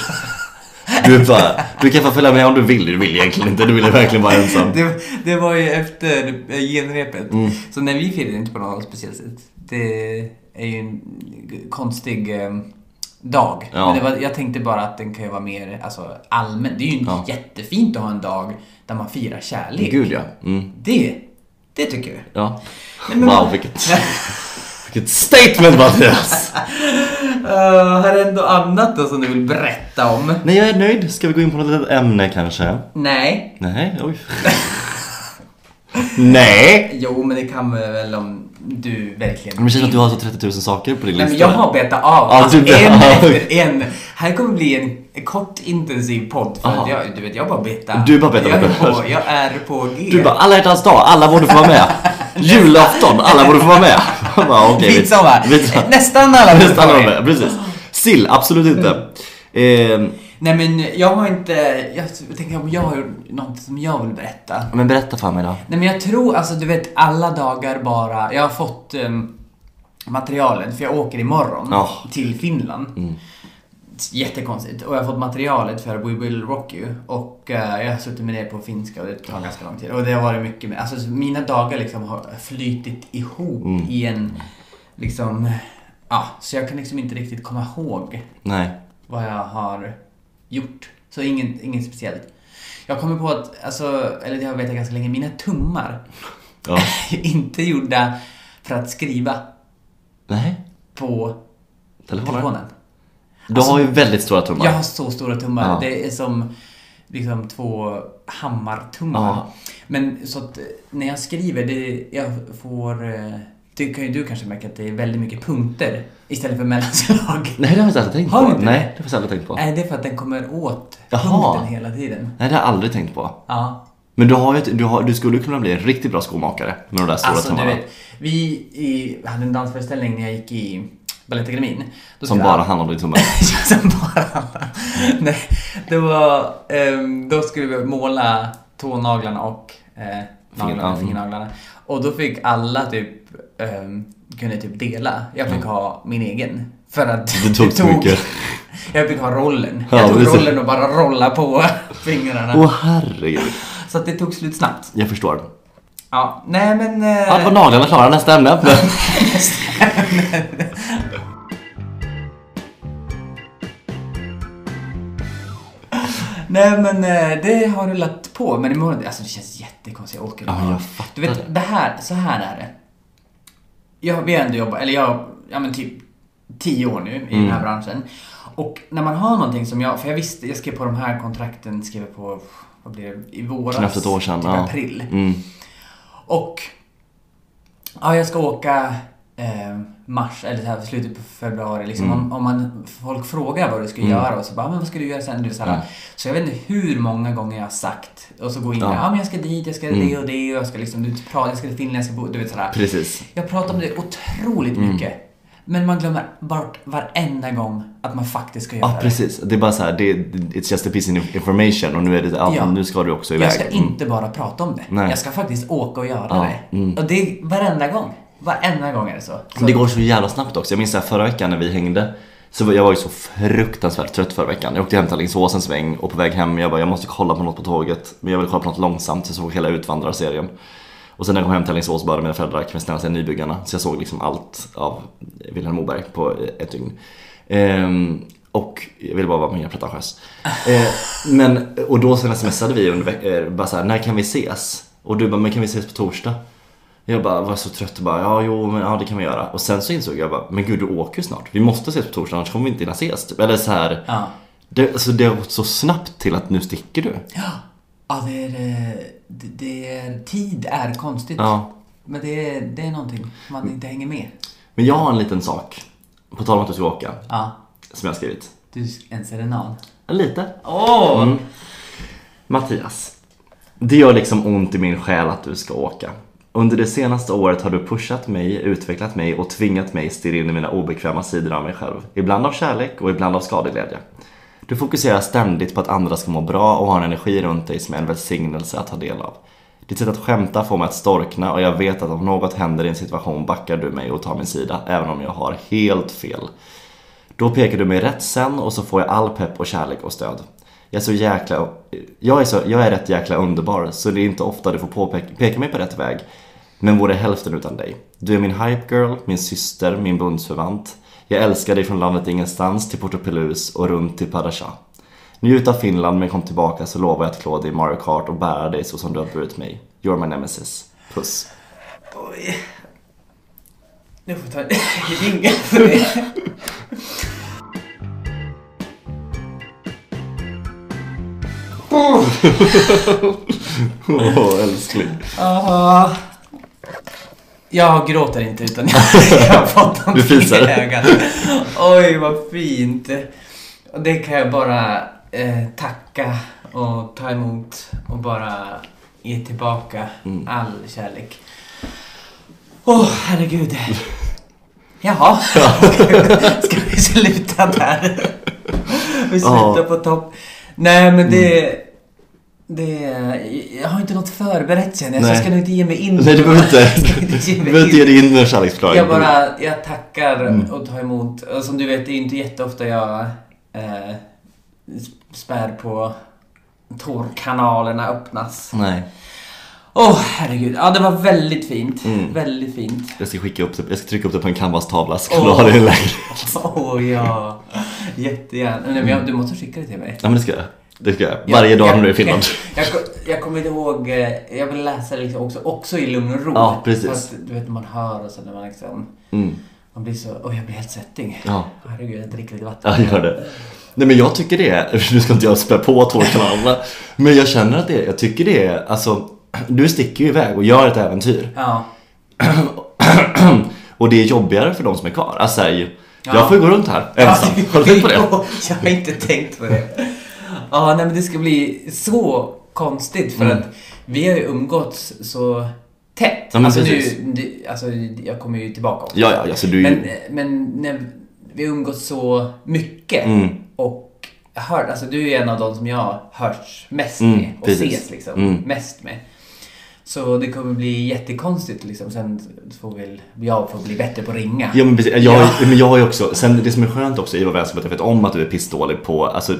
S2: Du, är bara, du kan få följa med om du vill, du vill egentligen inte, du vill verkligen vara ensam.
S1: Det, det var ju efter eh, genrepet.
S2: Mm.
S1: Så när vi firade inte på något speciellt sätt. Det är ju en konstig eh, dag.
S2: Ja.
S1: Men det var, jag tänkte bara att den kan ju vara mer alltså, allmän. Det är ju
S2: Ja.
S1: jättefint att ha en dag där man firar kärlek.
S2: Gud ja. Mm.
S1: Det, det tycker jag.
S2: ja.
S1: men-
S2: Wow, vilket, vilket statement Mattias!
S1: uh, har du ändå annat då som du vill berätta om?
S2: Nej, jag är nöjd. Ska vi gå in på något litet ämne kanske?
S1: Nej.
S2: Nej, oj. Nej!
S1: Jo, men det kan vi väl om du verkligen
S2: Men det känns som att du har så 30 000 saker på din
S1: Nej, men
S2: lista.
S1: jag har betat av.
S2: Ja,
S1: alltså,
S2: du betar
S1: en
S2: av.
S1: efter en. Här kommer bli en kort intensiv podd. För
S2: Aha.
S1: att jag, du vet, jag bara betar.
S2: Du bara betar
S1: jag, är
S2: av.
S1: på, jag är på G.
S2: Du bara, alla hjärtans dag, alla borde få vara med. Julafton, alla borde få vara med. Jag bara, okej, vi-
S1: Midsommar.
S2: vi tar-
S1: Nästan alla
S2: Nästan alla var
S1: betar.
S2: med, precis. Sill, absolut inte. Eh,
S1: Nej men jag har inte... Jag tänker om jag har gjort något som jag vill berätta.
S2: men berätta för mig då.
S1: Nej men jag tror, alltså du vet alla dagar bara, jag har fått um, materialet för jag åker imorgon
S2: Ja.
S1: till Finland. Jättekonstigt. Och jag har fått materialet för We Will Rock You och eh, jag har suttit med det på finska och det tar ganska lång tid. Och det har varit mycket med, alltså så mina dagar liksom har flytit ihop i en, liksom, ja, så jag kan liksom inte riktigt komma ihåg
S2: Nej.
S1: vad jag har gjort. Så inget, inget speciellt. Jag kommer på att, alltså, eller det har jag vetat ganska länge, mina tummar
S2: Ja.
S1: är inte gjorda för att skriva
S2: Nej.
S1: på
S2: Telefonen.
S1: telefonen. Alltså-
S2: Du har ju väldigt stora tummar.
S1: Jag har så stora tummar.
S2: Ja.
S1: Det är som liksom två hammartummar.
S2: Ja.
S1: Men så att eh, när jag skriver, det, jag får... eh, Det kan ju du kanske märka att det är väldigt mycket punkter istället för mellanslag.
S2: Nej, det har jag faktiskt aldrig tänkt
S1: Har du
S2: på.
S1: inte
S2: Nej, det har jag faktiskt aldrig tänkt på.
S1: Nej, det är för att den kommer åt
S2: Jaha.
S1: punkten hela tiden.
S2: Nej, det har jag aldrig tänkt på.
S1: Ja.
S2: Men du, har ju, ett- du, har, du skulle kunna bli en riktigt bra skomakare med de där stora
S1: Alltså du
S2: tummarna.
S1: vet, vi i, hade en dansföreställning när jag gick i Balettakademin. Då
S2: Som
S1: skulle
S2: bara handlar om liksom din tumme.
S1: som bara alla. Nej, det var, ehm, då skulle vi måla tånaglarna och eh, naglarna,
S2: Fingerna.
S1: fingernaglarna. Och då fick alla typ,
S2: Mm.
S1: ehm, kunde typ dela. Jag fick ha min egen. För att
S2: Det tog så mycket.
S1: Jag fick ha rollen.
S2: Ja,
S1: Jag tog
S2: precis.
S1: rollen och bara rolla på fingrarna.
S2: Åh herregud.
S1: Så att det tog slut snabbt.
S2: Jag förstår.
S1: Eh. Ja, nej men... eh,
S2: Ja, det var naglarna klara. Nästa ämne.
S1: Nej men eh, det har rullat på, men imorgon, alltså det känns jättekonstigt, jag åker
S2: Ja,
S1: imorgon.
S2: jag fattar
S1: Du vet, det här, så här är det. Jag, vi har ändå jobbat, eller jag, ja men typ tio år nu i den
S2: Mm.
S1: här branschen. Och när man har någonting som jag, för jag visste, jag skrev på de här kontrakten, skrev jag på, vad blir det, i våras?
S2: Knappt ett år sedan.
S1: Typ
S2: ja.
S1: april.
S2: Mm.
S1: Och ja, jag ska åka eh, mars eller så här, slutet på februari. Liksom,
S2: Mm.
S1: om, om man, folk frågar vad du ska göra och så bara, men vad ska du göra sen? Du, så, här,
S2: Ja.
S1: så jag vet inte hur många gånger jag har sagt och så går in
S2: Ja. Mm.
S1: ja. ah, men jag ska dit, jag ska det och det och jag ska liksom, du pratar, jag ska till Finland, jag ska bo, du vet sådär.
S2: Precis. Mm.
S1: Jag pratar om det otroligt mycket. Men man glömmer bort varenda gång att man faktiskt ska göra
S2: Ja,
S1: det.
S2: precis. Det är bara så här, det, it's just a piece of information och nu är det så här, ja,
S1: Ja.
S2: nu ska du också iväg. Mm.
S1: Jag ska inte bara prata om det.
S2: Nej.
S1: Jag ska faktiskt åka och göra
S2: Ja,
S1: det. Och det är varenda gång. Varenda gång är det så. så
S2: Men det går så jävla snabbt också. Jag minns så här, förra veckan när vi hängde så var, jag var ju så fruktansvärt trött förra veckan. Jag åkte hem till Alingsås en sväng och på väg hem jag bara jag måste kolla på något på tåget. Men jag vill kolla på något långsamt så jag såg hela Utvandrarserien. Och sen när jag kom hem till Alingsås började mina föräldrar kan vi snälla se Nybyggarna. Så jag såg liksom allt av Vilhelm Moberg på ett dygn. Ehm, och jag ville bara vara mer pretentiös. Eh, men, och då sen smsade vi under veck- eh, bara så här, när kan vi ses? Och du bara, men kan vi ses på torsdag? Jag bara var så trött och bara ja jo men ja det kan vi göra. Och sen så insåg jag bara men gud du åker ju snart. Vi måste ses på torsdag annars kommer vi inte hinna ses. Typ. Eller så här.
S1: Ja.
S2: Det, alltså, det har gått så snabbt till att nu sticker du.
S1: Ja, det är, eh, det, det är... Tid är konstigt.
S2: Ja.
S1: Men det är, det är någonting man inte hänger med.
S2: Men jag har en liten sak. På tal om att du ska åka.
S1: Ja.
S2: Som jag har skrivit.
S1: Du, en serenad.
S2: Ja, Lite.
S1: Åh!
S2: Mm. Mattias. Det gör liksom ont i min själ att du ska åka. Under det senaste året har du pushat mig, utvecklat mig och tvingat mig stirra in i mina obekväma sidor av mig själv. Ibland av kärlek och ibland av skadeglädje. Du fokuserar ständigt på att andra ska må bra och har en energi runt dig som är en välsignelse att ta del av. Ditt sätt att skämta får mig att storkna och jag vet att om något händer i en situation backar du mig och tar min sida, även om jag har helt fel. Då pekar du mig rätt sen och så får jag all pepp och kärlek och stöd. Jag är så jäkla... Jag är, så, jag är rätt jäkla underbar, så det är inte ofta du får påpeka, peka mig på rätt väg. Men vore hälften utan dig. Du är min hype girl, min syster, min bundsförvant. Jag älskar dig från landet ingenstans till Porto Pelus och runt till Padasha. Njut av Finland men kom tillbaka så lovar jag att klå dig i Mario Kart och bära dig så som du har burit mig. You're my nemesis. Puss.
S1: Oj. Nu får jag ta en jingel för det.
S2: Åh, älskling.
S1: Ah. Jag gråter inte utan jag, jag har fått någonting
S2: fisar.
S1: i ögat. Oj, vad fint. Och det kan jag bara eh, tacka och ta emot och bara ge tillbaka all kärlek. Åh, herregud. Jaha, ska vi sluta där? Vi
S2: Ja.
S1: slutar på topp. Nej, men det... Det, jag har inte något förberett känner jag, så
S2: Nej.
S1: jag ska nog inte ge mig in.
S2: Nej, du behöver inte,
S1: Jag ska inte
S2: du
S1: ge
S2: behöver
S1: mig
S2: inte ge
S1: in.
S2: dig in i en kärleksförklaring.
S1: Jag bara, jag tackar
S2: Mm.
S1: och tar emot. Och som du vet, det är ju inte jätteofta jag eh, spär på tårkanalerna öppnas.
S2: Nej.
S1: Åh herregud, ja det var väldigt fint.
S2: Mm.
S1: Väldigt fint.
S2: Jag ska skicka upp det, jag ska trycka upp det på en canvas-tavla så kan du
S1: Åh.
S2: ha det i lägenheten.
S1: Åh ja, jättegärna. Nej, men jag, du måste skicka det till mig.
S2: Ja men det ska jag. Det ska jag. Varje dag när du är i Finland.
S1: Jag, jag, jag kommer inte ihåg, eh, jag vill läsa det liksom också, också i lugn och ro.
S2: Ja, precis.
S1: För att, du vet man hör och så när man liksom,
S2: Mm.
S1: man blir så, oj jag blir helt svettig.
S2: Ja.
S1: Herregud, jag dricker lite vatten.
S2: Ja, gör det. Nej men jag tycker det är, nu ska inte jag spä på tårkanalerna. Men jag känner att det, jag tycker det är, alltså du sticker ju iväg och gör ett äventyr.
S1: Ja.
S2: Och det är jobbigare för de som är kvar. Alltså här, ju-
S1: Ja.
S2: jag får ju gå runt här ensam.
S1: Ja,
S2: Har du tänkt på det?
S1: Jag har inte tänkt på det. Ja, nej men det ska bli så konstigt för att vi har ju umgåtts så tätt.
S2: Mm. Ja, men
S1: alltså,
S2: precis.
S1: nu, det- alltså, jag kommer ju tillbaka också.
S2: Ja, ja, alltså du är
S1: Men,
S2: ju...
S1: men när vi har umgåtts så mycket
S2: Mm.
S1: och hört, alltså du är en av de som jag hörs mest
S2: Mm,
S1: med och
S2: precis.
S1: ses liksom
S2: Mm.
S1: mest med. Så det kommer bli jättekonstigt liksom. Sen får väl jag får bli bättre på att ringa.
S2: Ja men precis, jag, ja. men jag har ju också, sen det som är skönt också i vår vänskap att jag vet om att du är pissdålig på, alltså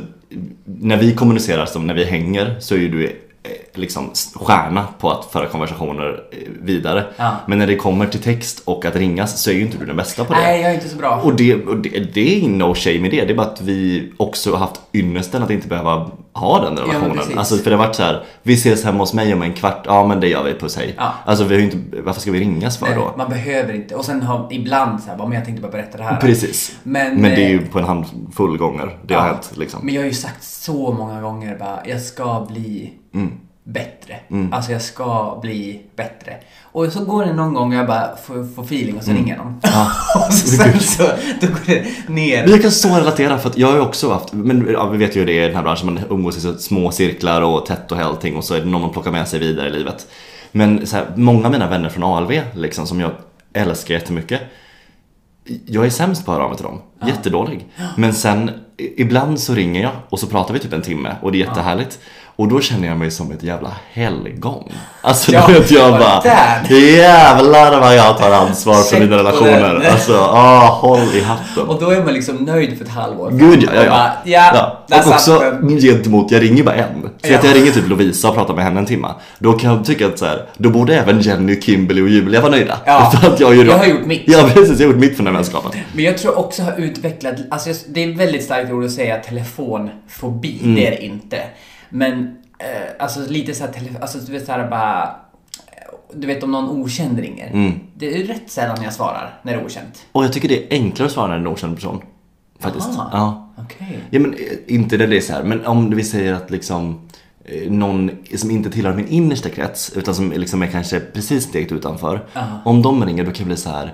S2: när vi kommunicerar som när vi hänger så är ju du eh, liksom stjärna på att föra konversationer eh, vidare.
S1: Ja.
S2: Men när det kommer till text och att ringas så är ju inte du den bästa på det.
S1: Nej, jag är inte så bra.
S2: Och, det, och det, det är no shame i det, det är bara att vi också har haft ynnesten att inte behöva ha den
S1: men
S2: relationen.
S1: precis.
S2: alltså för det har varit så här, vi ses hemma hos mig om en kvart, ja men det gör vi, puss hej.
S1: Ja.
S2: Alltså vi har ju inte, varför ska vi ringas för
S1: Nej,
S2: då?
S1: Man behöver inte. Och sen har ibland så här, bara, men jag tänkte bara berätta det här.
S2: Precis.
S1: Men,
S2: Men det är
S1: eh,
S2: ju på en handfull gånger det
S1: ja.
S2: har hänt liksom.
S1: Men jag har ju sagt så många gånger bara, jag ska bli
S2: Mm.
S1: bättre. Alltså jag ska bli bättre. Och så går det någon gång och jag bara får, får feeling och så
S2: Mm.
S1: ringer någon. och så sen så, då går det ner.
S2: Jag kan så relatera för att jag har ju också haft, men ja, vi vet ju hur det är i den här branschen, man umgås i så små cirklar och tätt och allting och så är det någon man plockar med sig vidare i livet. Men så här, många av mina vänner från ALV liksom som jag älskar jättemycket, jag är sämst på att höra av mig till dem. Jättedålig. Men sen, i- ibland så ringer jag och så pratar vi typ en timme och det är jättehärligt. Och då känner jag mig som ett jävla helgon. Alltså
S1: Ja,
S2: då vet jag
S1: vad
S2: bara,
S1: där.
S2: jävlar vad jag tar ansvar för
S1: Check
S2: mina
S1: på
S2: relationer.
S1: den.
S2: Alltså, ah, håll i hatten.
S1: Och då är man liksom nöjd för ett halvår.
S2: Gud ja, ja,
S1: Och
S2: ja.
S1: bara, ja, där
S2: Och
S1: satt
S2: också
S1: den.
S2: gentemot, jag ringer ju bara en. Så
S1: Ja.
S2: att jag ringer typ Lovisa och pratar med henne en timma. Då kan jag tycka att så här, då borde även Jenny, Kimberly och Julia vara nöjda.
S1: Ja.
S2: För att jag, är ju då,
S1: Jag har gjort mitt.
S2: Ja precis, jag har gjort mitt för den här vänskapen.
S1: Men jag tror också har utvecklat, alltså jag- det är ett väldigt starkt ord att säga telefonfobi, det är det inte. Men eh, alltså lite såhär, tele- alltså du vet såhär bara, eh, du vet om någon okänd ringer. Det är rätt sällan jag svarar när det är okänt.
S2: Och jag tycker det är enklare att svara när det är en okänd person. Faktiskt.
S1: Aha.
S2: Ja.
S1: Okej.
S2: Ja men eh, inte när det är så här, men om vi säger att liksom eh, någon som inte tillhör min innersta krets utan som liksom är kanske precis steget utanför. Om de ringer då kan jag bli så här.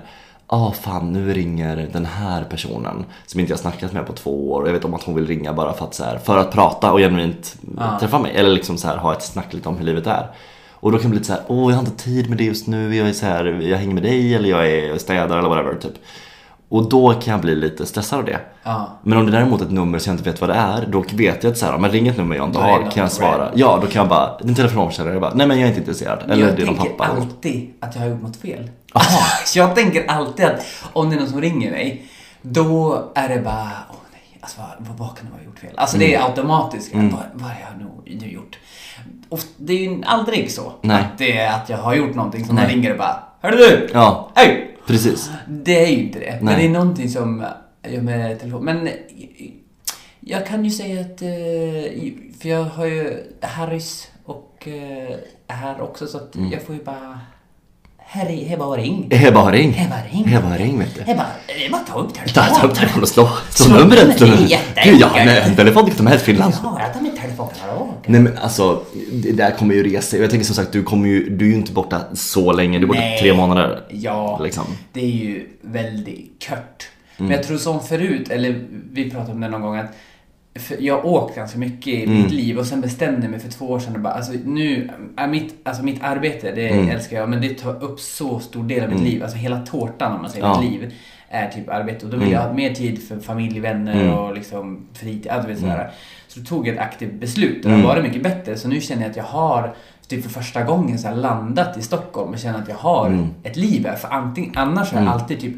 S2: Ja fan nu ringer den här personen som inte jag snackat med på två år och jag vet om att hon vill ringa bara för att, så här, för att prata och genuint träffa mig eller liksom så här, ha ett snack lite om hur livet är. Och då kan det bli lite så här, åh jag har inte tid med det just nu, jag är så här, jag hänger med dig eller jag är städare eller whatever typ. Och då kan jag bli lite stressad av det.
S1: Ja.
S2: Men om det däremot är ett nummer som jag inte vet vad det är, då vet jag att så här, men ring ett nummer jag inte
S1: Då är det
S2: har,
S1: något
S2: kan jag svara? Ja, då kan jag bara, din telefonförsäljare, jag bara, nej men jag är inte intresserad. Eller
S1: jag
S2: det är någon
S1: tänker
S2: pappa.
S1: alltid att jag har gjort något fel. Alltså, jag tänker alltid att om det är någon som ringer mig, då är det bara, åh nej, alltså, vad, vad kan det ha gjort fel? Alltså det är
S2: Mm.
S1: automatiskt, vad, vad har jag nu, nu gjort? Och det är ju aldrig så
S2: Nej.
S1: att det är att jag har gjort någonting som någon ringer och bara, hörru du!
S2: Ja,
S1: Hej!
S2: precis.
S1: Det är ju inte det. Men
S2: Nej.
S1: det är någonting som jag gör med telefon. Men eh, jag kan ju säga att, eh, för jag har ju Harrys och eh, här också så att jag får ju bara, Harry, hej bara ring.
S2: Mm. Eh, bara ring.
S1: Hej bara ring.
S2: Eh, bara ring vet du.
S1: Hej bara, hej bara ta upp
S2: Ta ta upp
S1: telefonen.
S2: telefonen och slå, slå
S1: Slå
S2: numret.
S1: numret, det är
S2: Gud, jag
S1: jätteenkelt.
S2: har en- en telefon vilken som helst Finland.
S1: Svara ta med telefonen, hallå.
S2: Nej men alltså, det där kommer ju resa sig. Jag tänker som sagt, du kommer ju, du är ju inte borta så länge, du är borta
S1: Nej.
S2: tre månader.
S1: Ja,
S2: Liksom.
S1: det är ju väldigt kört. Men jag tror som förut, eller vi pratade om det någon gång, att för jag har åkt ganska mycket i mitt liv och sen bestämde jag mig för två år sedan och bara, alltså nu, äh, mitt, alltså mitt arbete, det älskar jag, men det tar upp så stor del av mitt liv. Alltså hela tårtan om man säger,
S2: Ja.
S1: mitt liv är typ arbete. Och då vill jag ha mer tid för familj, vänner och liksom fritid, allt vet sådär. Så då tog jag ett aktivt beslut och det har varit mycket bättre. Så nu känner jag att jag har typ för första gången så här landat i Stockholm och känner att jag har ett liv här. För antingen, annars har jag alltid typ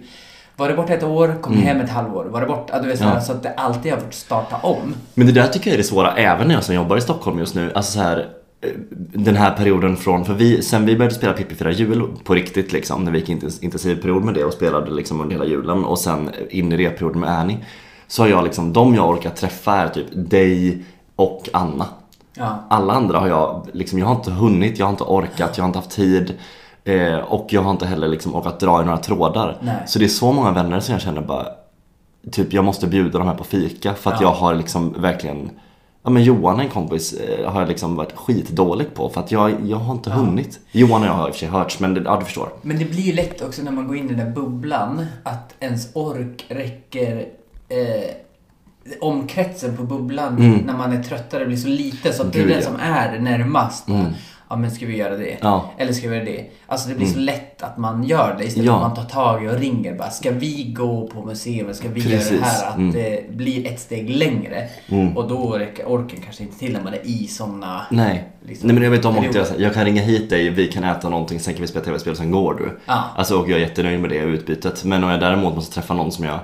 S1: varit borta ett år, kom hem ett halvår, varit borta, du vet, så, här, så att det alltid har fått starta om.
S2: Men det där tycker jag är det svåra även när jag som jobbar i Stockholm just nu. Alltså så här, eh, den här perioden från, för vi, sen vi började spela Pippi firar jul på riktigt liksom, när vi gick in i en intensiv period med det och spelade liksom under hela julen och sen in i repperioden med Annie. Så har jag liksom, de jag orkar träffa är typ dig och Anna.
S1: Ja.
S2: Alla andra har jag, liksom, jag har inte hunnit, jag har inte orkat, jag har inte haft tid. Eh, och jag har inte heller liksom orkat dra i några trådar.
S1: Nej.
S2: Så det är så många vänner som jag känner bara, typ jag måste bjuda de här på fika för att jag har liksom verkligen Ja men Johan en kompis eh, har jag liksom varit skitdålig på för att jag, jag har inte hunnit. Johan och jag har i och för sig hörts men det, ja du förstår.
S1: Men det blir ju lätt också när man går in i den där bubblan att ens ork räcker eh, omkretsen på bubblan när man är tröttare blir så liten så att det är
S2: Mm. Gud,
S1: den
S2: ja. Mm.
S1: som är närmast. ja men ska vi göra det?
S2: Ja. Mm.
S1: Eller ska vi göra det? Alltså det blir så lätt att man gör det istället
S2: Ja.
S1: för att man tar tag i och ringer bara, ska vi gå på museum? Ska vi göra
S2: Precis.
S1: det här? Att
S2: Mm.
S1: det blir ett steg längre. Och då räcker orken kanske inte till när man är i sådana...
S2: Nej.
S1: Liksom.
S2: Nej men jag vet om att
S1: Perioder.
S2: jag, så här, jag kan ringa hit dig, vi kan äta någonting, sen kan vi spela tv-spel, sen går du.
S1: Ja.
S2: Alltså och jag är jättenöjd med det utbytet. Men om jag däremot måste träffa någon som jag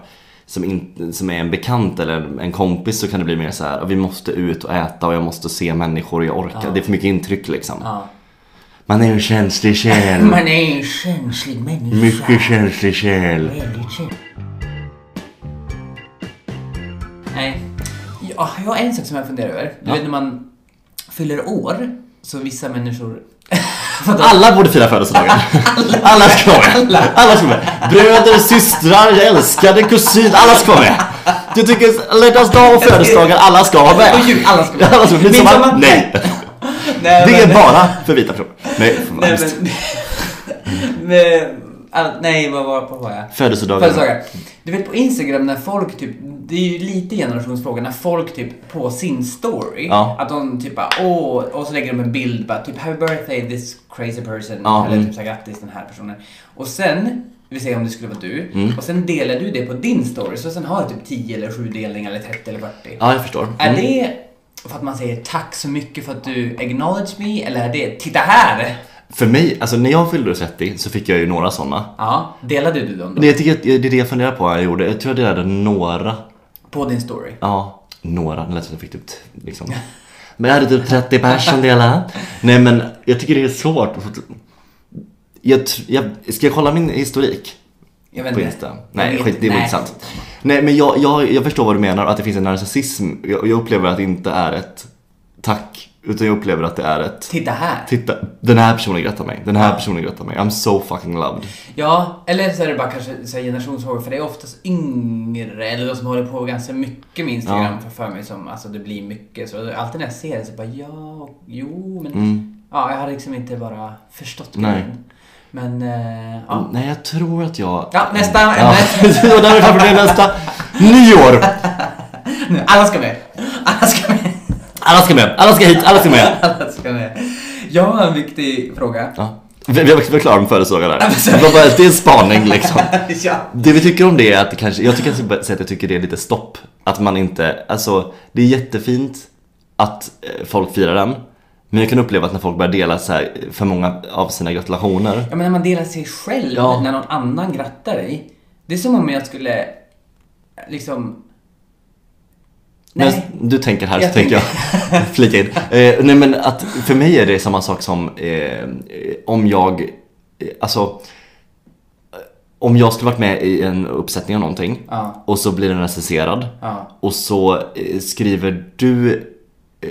S2: som, in, som är en bekant eller en, en kompis så kan det bli mer så här: vi måste ut och äta och jag måste se människor och jag orkar. Det är för mycket intryck liksom.
S1: Ja.
S2: Man är en känslig själ.
S1: Man är en känslig människa.
S2: Mycket känslig själ.
S1: Väldigt känslig. Nej. Ja, jag har en sak som jag funderar över. Du
S2: Ja.
S1: vet när man fyller år, så vissa människor...
S2: Alla borde fira födelsedagar. Alla ska vara med. Alla ska vara med. Bröder, systrar, älskade, kusin. Alla ska vara med. Du tycker alla hjärtans dag och födelsedagar, alla ska vara med.
S1: Och jul, alla ska vara med.
S2: Alla ska vara med. Midsommar?
S1: Midsommar?
S2: Nej.
S1: Nej,
S2: Det
S1: men-
S2: är bara för vita personer. Nej, för
S1: Nej
S2: visst.
S1: men... men all, nej, vad var, vad var jag?
S2: Födelsedagar.
S1: Födelsedagar. Du vet på Instagram när folk typ, det är ju lite generationsfråga, när folk typ på sin story,
S2: Ja.
S1: att de typ bara åh, och så lägger de en bild bara typ happy birthday this crazy person,
S2: Ja,
S1: eller
S2: mm.
S1: typ såhär grattis den här personen. Och sen, vi säger om det skulle vara du,
S2: Mm.
S1: och sen delar du det på din story, så sen har jag typ 10 eller 7 delningar eller 30 eller 40.
S2: Ja, Mm. jag förstår.
S1: Är det för att man säger tack så mycket för att du acknowledge me, eller är det titta här?
S2: För mig, alltså när jag fyllde 30 så fick jag ju några sådana.
S1: Ja, delade du dem då?
S2: Det, jag tycker, att- det är det jag funderar på vad jag gjorde. Jag tror jag delade några
S1: På din story?
S2: Ja, några. Det lät som att jag fick typ, t- liksom. Men jag hade typ 30 pers som delade. Nej men jag tycker det är svårt. Jag, tr- jag, ska jag kolla min historik?
S1: Jag vet
S2: På
S1: inte.
S2: Insta?
S1: Jag
S2: Nej,
S1: vet
S2: skit, det
S1: inte.
S2: är väl intressant. Nej men jag, jag, jag förstår vad du menar, att det finns en narcissism. Jag, jag upplever att det inte är ett tack, utan jag upplever att det är ett
S1: Titta här.
S2: Titta, den här personen grattar mig, den här personen grattar mig. I'm so fucking loved.
S1: Ja, eller så är det bara kanske så här generationsfrågor för det är oftast yngre eller de som håller på ganska mycket med Instagram
S2: Ja.
S1: för, för mig som, alltså det blir mycket så. Alltid när jag ser det så bara ja, jo men.
S2: Mm.
S1: Ja, jag har liksom inte bara förstått
S2: Nej. Mm.
S1: grejen. Men, eh, ja.
S2: Nej jag tror att jag...
S1: Ja, nästa
S2: Ja,
S1: ämne.
S2: och där är vi framme vid nästa. Nyår!
S1: Nu, alla ska med. Alla ska med.
S2: Alla ska med, alla ska hit, alla ska med!
S1: Alla ska med. Jag har en viktig fråga.
S2: Ja. Vi, vi var klara med födelsedagar där.
S1: men så-
S2: Det, var bara, det är en spaning liksom.
S1: ja.
S2: Det vi tycker om det är att det kanske, jag tycker att det- att jag tycker det är lite stopp. Att man inte, alltså det är jättefint att eh, folk firar den. Men jag kan uppleva att när folk börjar dela så här eh, för många av sina gratulationer.
S1: Ja men när man delar sig själv
S2: Ja.
S1: när någon annan grattar dig. Det är som om jag skulle liksom... Nej.
S2: Men du tänker här så
S1: Jag
S2: tänker jag flika in. Eh, nej men att för mig är det samma sak som eh, eh, om jag, eh, alltså eh, om jag skulle varit med i en uppsättning av någonting
S1: Ja.
S2: och så blir den recenserad
S1: Ja.
S2: och så eh, skriver du eh,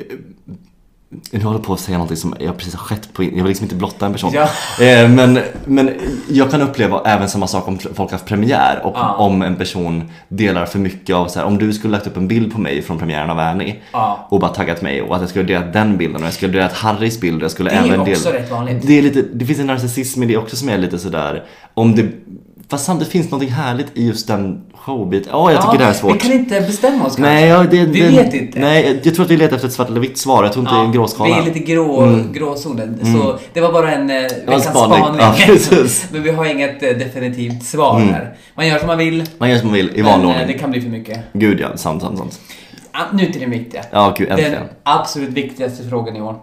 S2: nu håller jag på att säga någonting som jag precis har skett på in- Jag vill liksom inte blotta en person.
S1: Ja.
S2: Eh, men, men jag kan uppleva även samma sak om folk har haft premiär och
S1: Ja.
S2: om en person delar för mycket av så här, om du skulle lagt upp en bild på mig från premiären av Annie
S1: Ja.
S2: och bara taggat mig och att jag skulle delat den bilden och jag skulle delat Harrys bild och jag skulle
S1: Det är
S2: även
S1: också
S2: dela...
S1: rätt vanligt.
S2: Det, är lite, det finns en narcissism i det också som är lite sådär om det Fast samtidigt finns något härligt i just den showbiten. Ja, jag tycker det här är svårt.
S1: Vi kan inte bestämma oss kanske.
S2: Nej, ja, det,
S1: Alltså, Vi
S2: det,
S1: vet inte.
S2: Nej, jag tror att vi letar efter ett svart eller vitt svar. Jag tror inte det är en gråskala. Mm.
S1: Vi är lite grå, gråzonen. Så det var bara en eh, veckans
S2: spaning.
S1: spaning.
S2: Ja, precis.
S1: Men vi har inget eh, definitivt svar här. Man gör som man vill.
S2: Man gör som man vill i
S1: Men
S2: vanlig
S1: eh, det
S2: ordning.
S1: kan bli för mycket.
S2: Gud ja, sant, sant, sant.
S1: Ah, Nu till den viktiga.
S2: Ja, gud, äntligen.
S1: Den absolut viktigaste frågan i år.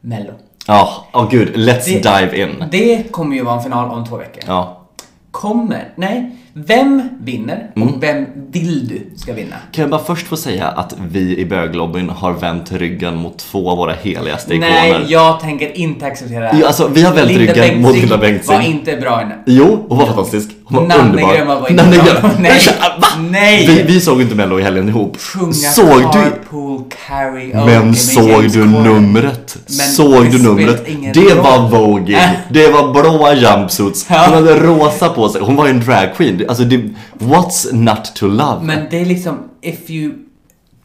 S1: Mello.
S2: Ja, åh gud, let's
S1: Det-
S2: dive in.
S1: Det kommer ju vara en final om två veckor.
S2: Ja.
S1: Kommer, nej, vem vinner
S2: Mm.
S1: och vem vill du ska vinna?
S2: Kan jag bara först få säga att vi i böglobbyn har vänt ryggen mot två av våra heligaste ikoner.
S1: Nej, jag tänker inte acceptera det här.
S2: Jo, alltså, vi har vänt ryggen mot Linda Bengtzing.
S1: var inte bra ännu.
S2: Jo, hon var fantastisk. Hon var
S1: Nanne
S2: underbar.
S1: Grönvall var inte bra.
S2: Grönvall.
S1: Nej.
S2: Va?
S1: Nej.
S2: Vi, vi såg inte mello i helgen ihop.
S1: Sjunga
S2: såg du?
S1: carpool karaoke
S2: Men
S1: med
S2: såg
S1: James
S2: du
S1: Corden.
S2: numret?
S1: Men
S2: såg
S1: det
S2: du
S1: spelar
S2: numret?
S1: ingen
S2: Det
S1: roll.
S2: var vogig.
S1: Äh.
S2: Det var blåa jumpsuits.
S1: Ja.
S2: Hon hade rosa på sig. Hon var ju en dragqueen. Alltså det, what's not to love?
S1: Men det är liksom, if you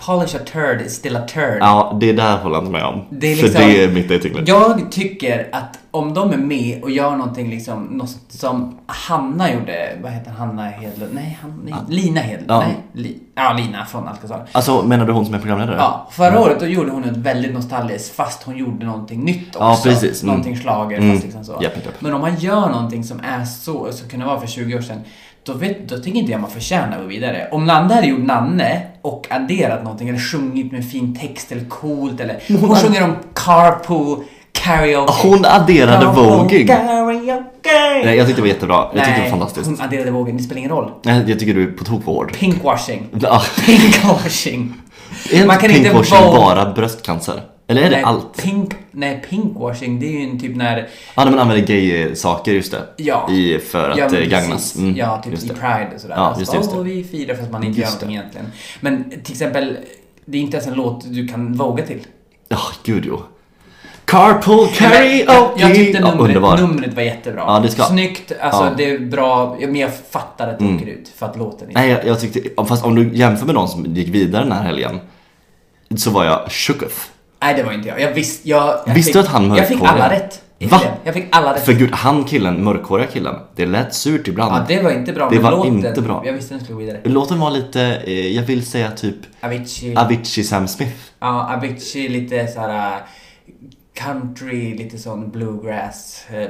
S1: Polish a turd is still a turd.
S2: Ja, det där håller jag inte med om.
S1: Det är
S2: För
S1: liksom-
S2: det är mitt dejtingläge.
S1: Jag tycker att om de är med och gör någonting liksom, något som Hanna gjorde, vad heter Hanna Hedlund? Nej, han, nej Lina Hedlund.
S2: Ja.
S1: Nej, Li, ja, Lina från Alcazar.
S2: Alltså menar du hon som är programledare?
S1: Ja, förra året då gjorde hon ett väldigt nostalgiskt fast hon gjorde någonting nytt också.
S2: Ja, precis. Mm.
S1: Någonting schlager
S2: Mm.
S1: fast liksom så.
S2: Japp, japp.
S1: Men om man gör någonting som är så, så kunde vara för 20 år sedan, då, vet, då tycker inte jag man förtjänar att gå vidare. Om Nanne hade gjort Nanne och adderat någonting eller sjungit med fin text eller coolt eller... Hon,
S2: hon-
S1: sjunger om carpool karaoke.
S2: Hon adderade
S1: Carpool
S2: våging.
S1: Karaoke.
S2: Nej, jag tyckte det var jättebra. Jag tyckte det var fantastiskt.
S1: hon adderade vågen. Det spelar ingen roll.
S2: Nej, jag tycker du är på tok för hård.
S1: Pinkwashing.
S2: Ja,
S1: Pinkwashing.
S2: Ah, Är
S1: Man
S2: inte
S1: kan inte
S2: pinkwashing
S1: vara-
S2: bara bröstcancer? Eller är det
S1: Nej,
S2: allt?
S1: Pink, nej, pinkwashing det är ju en typ när...
S2: Ja, när man använder gay-saker, just det.
S1: Ja.
S2: I, för att
S1: ja,
S2: ja,
S1: men precis.
S2: gagnas. Mm,
S1: ja, typ
S2: just
S1: i
S2: det.
S1: Pride och sådär. Alltså,
S2: Ja, just det, just
S1: "Åh,
S2: det."
S1: vi firar fast man inte gör
S2: Just det.
S1: någonting egentligen. Men till exempel, det är inte ens en låt du kan våga till.
S2: Ja, gud jo. Carpool
S1: Nej, men Jag,
S2: karaoke!
S1: jag tyckte
S2: ja,
S1: numret,
S2: underbar.
S1: numret var jättebra.
S2: Ja, det ska-
S1: Snyggt, alltså
S2: ja. Mm.
S1: det är bra. Men jag fattar att det åker ut för att låten inte...
S2: Nej, jag, jag tyckte... Fast om du jämför med de som gick vidare den här helgen så var jag shooketh.
S1: Nej, det var inte jag. Jag visste... Jag, jag
S2: Visste
S1: fick,
S2: du att han
S1: Jag fick
S2: mörkhåriga?
S1: alla rätt. i
S2: Va?
S1: helgen. Jag fick alla rätt.
S2: För gud, han killen, mörkhåriga killen, det lät surt ibland.
S1: Ja, det var inte bra.
S2: Det
S1: men
S2: var
S1: låten,
S2: inte bra.
S1: Jag visste den skulle gå vidare.
S2: Låten var lite, eh, jag vill säga typ
S1: Avicii.
S2: Avicii Sam Smith.
S1: Ja, Avicii lite såhär äh, country, lite sån bluegrass. äh,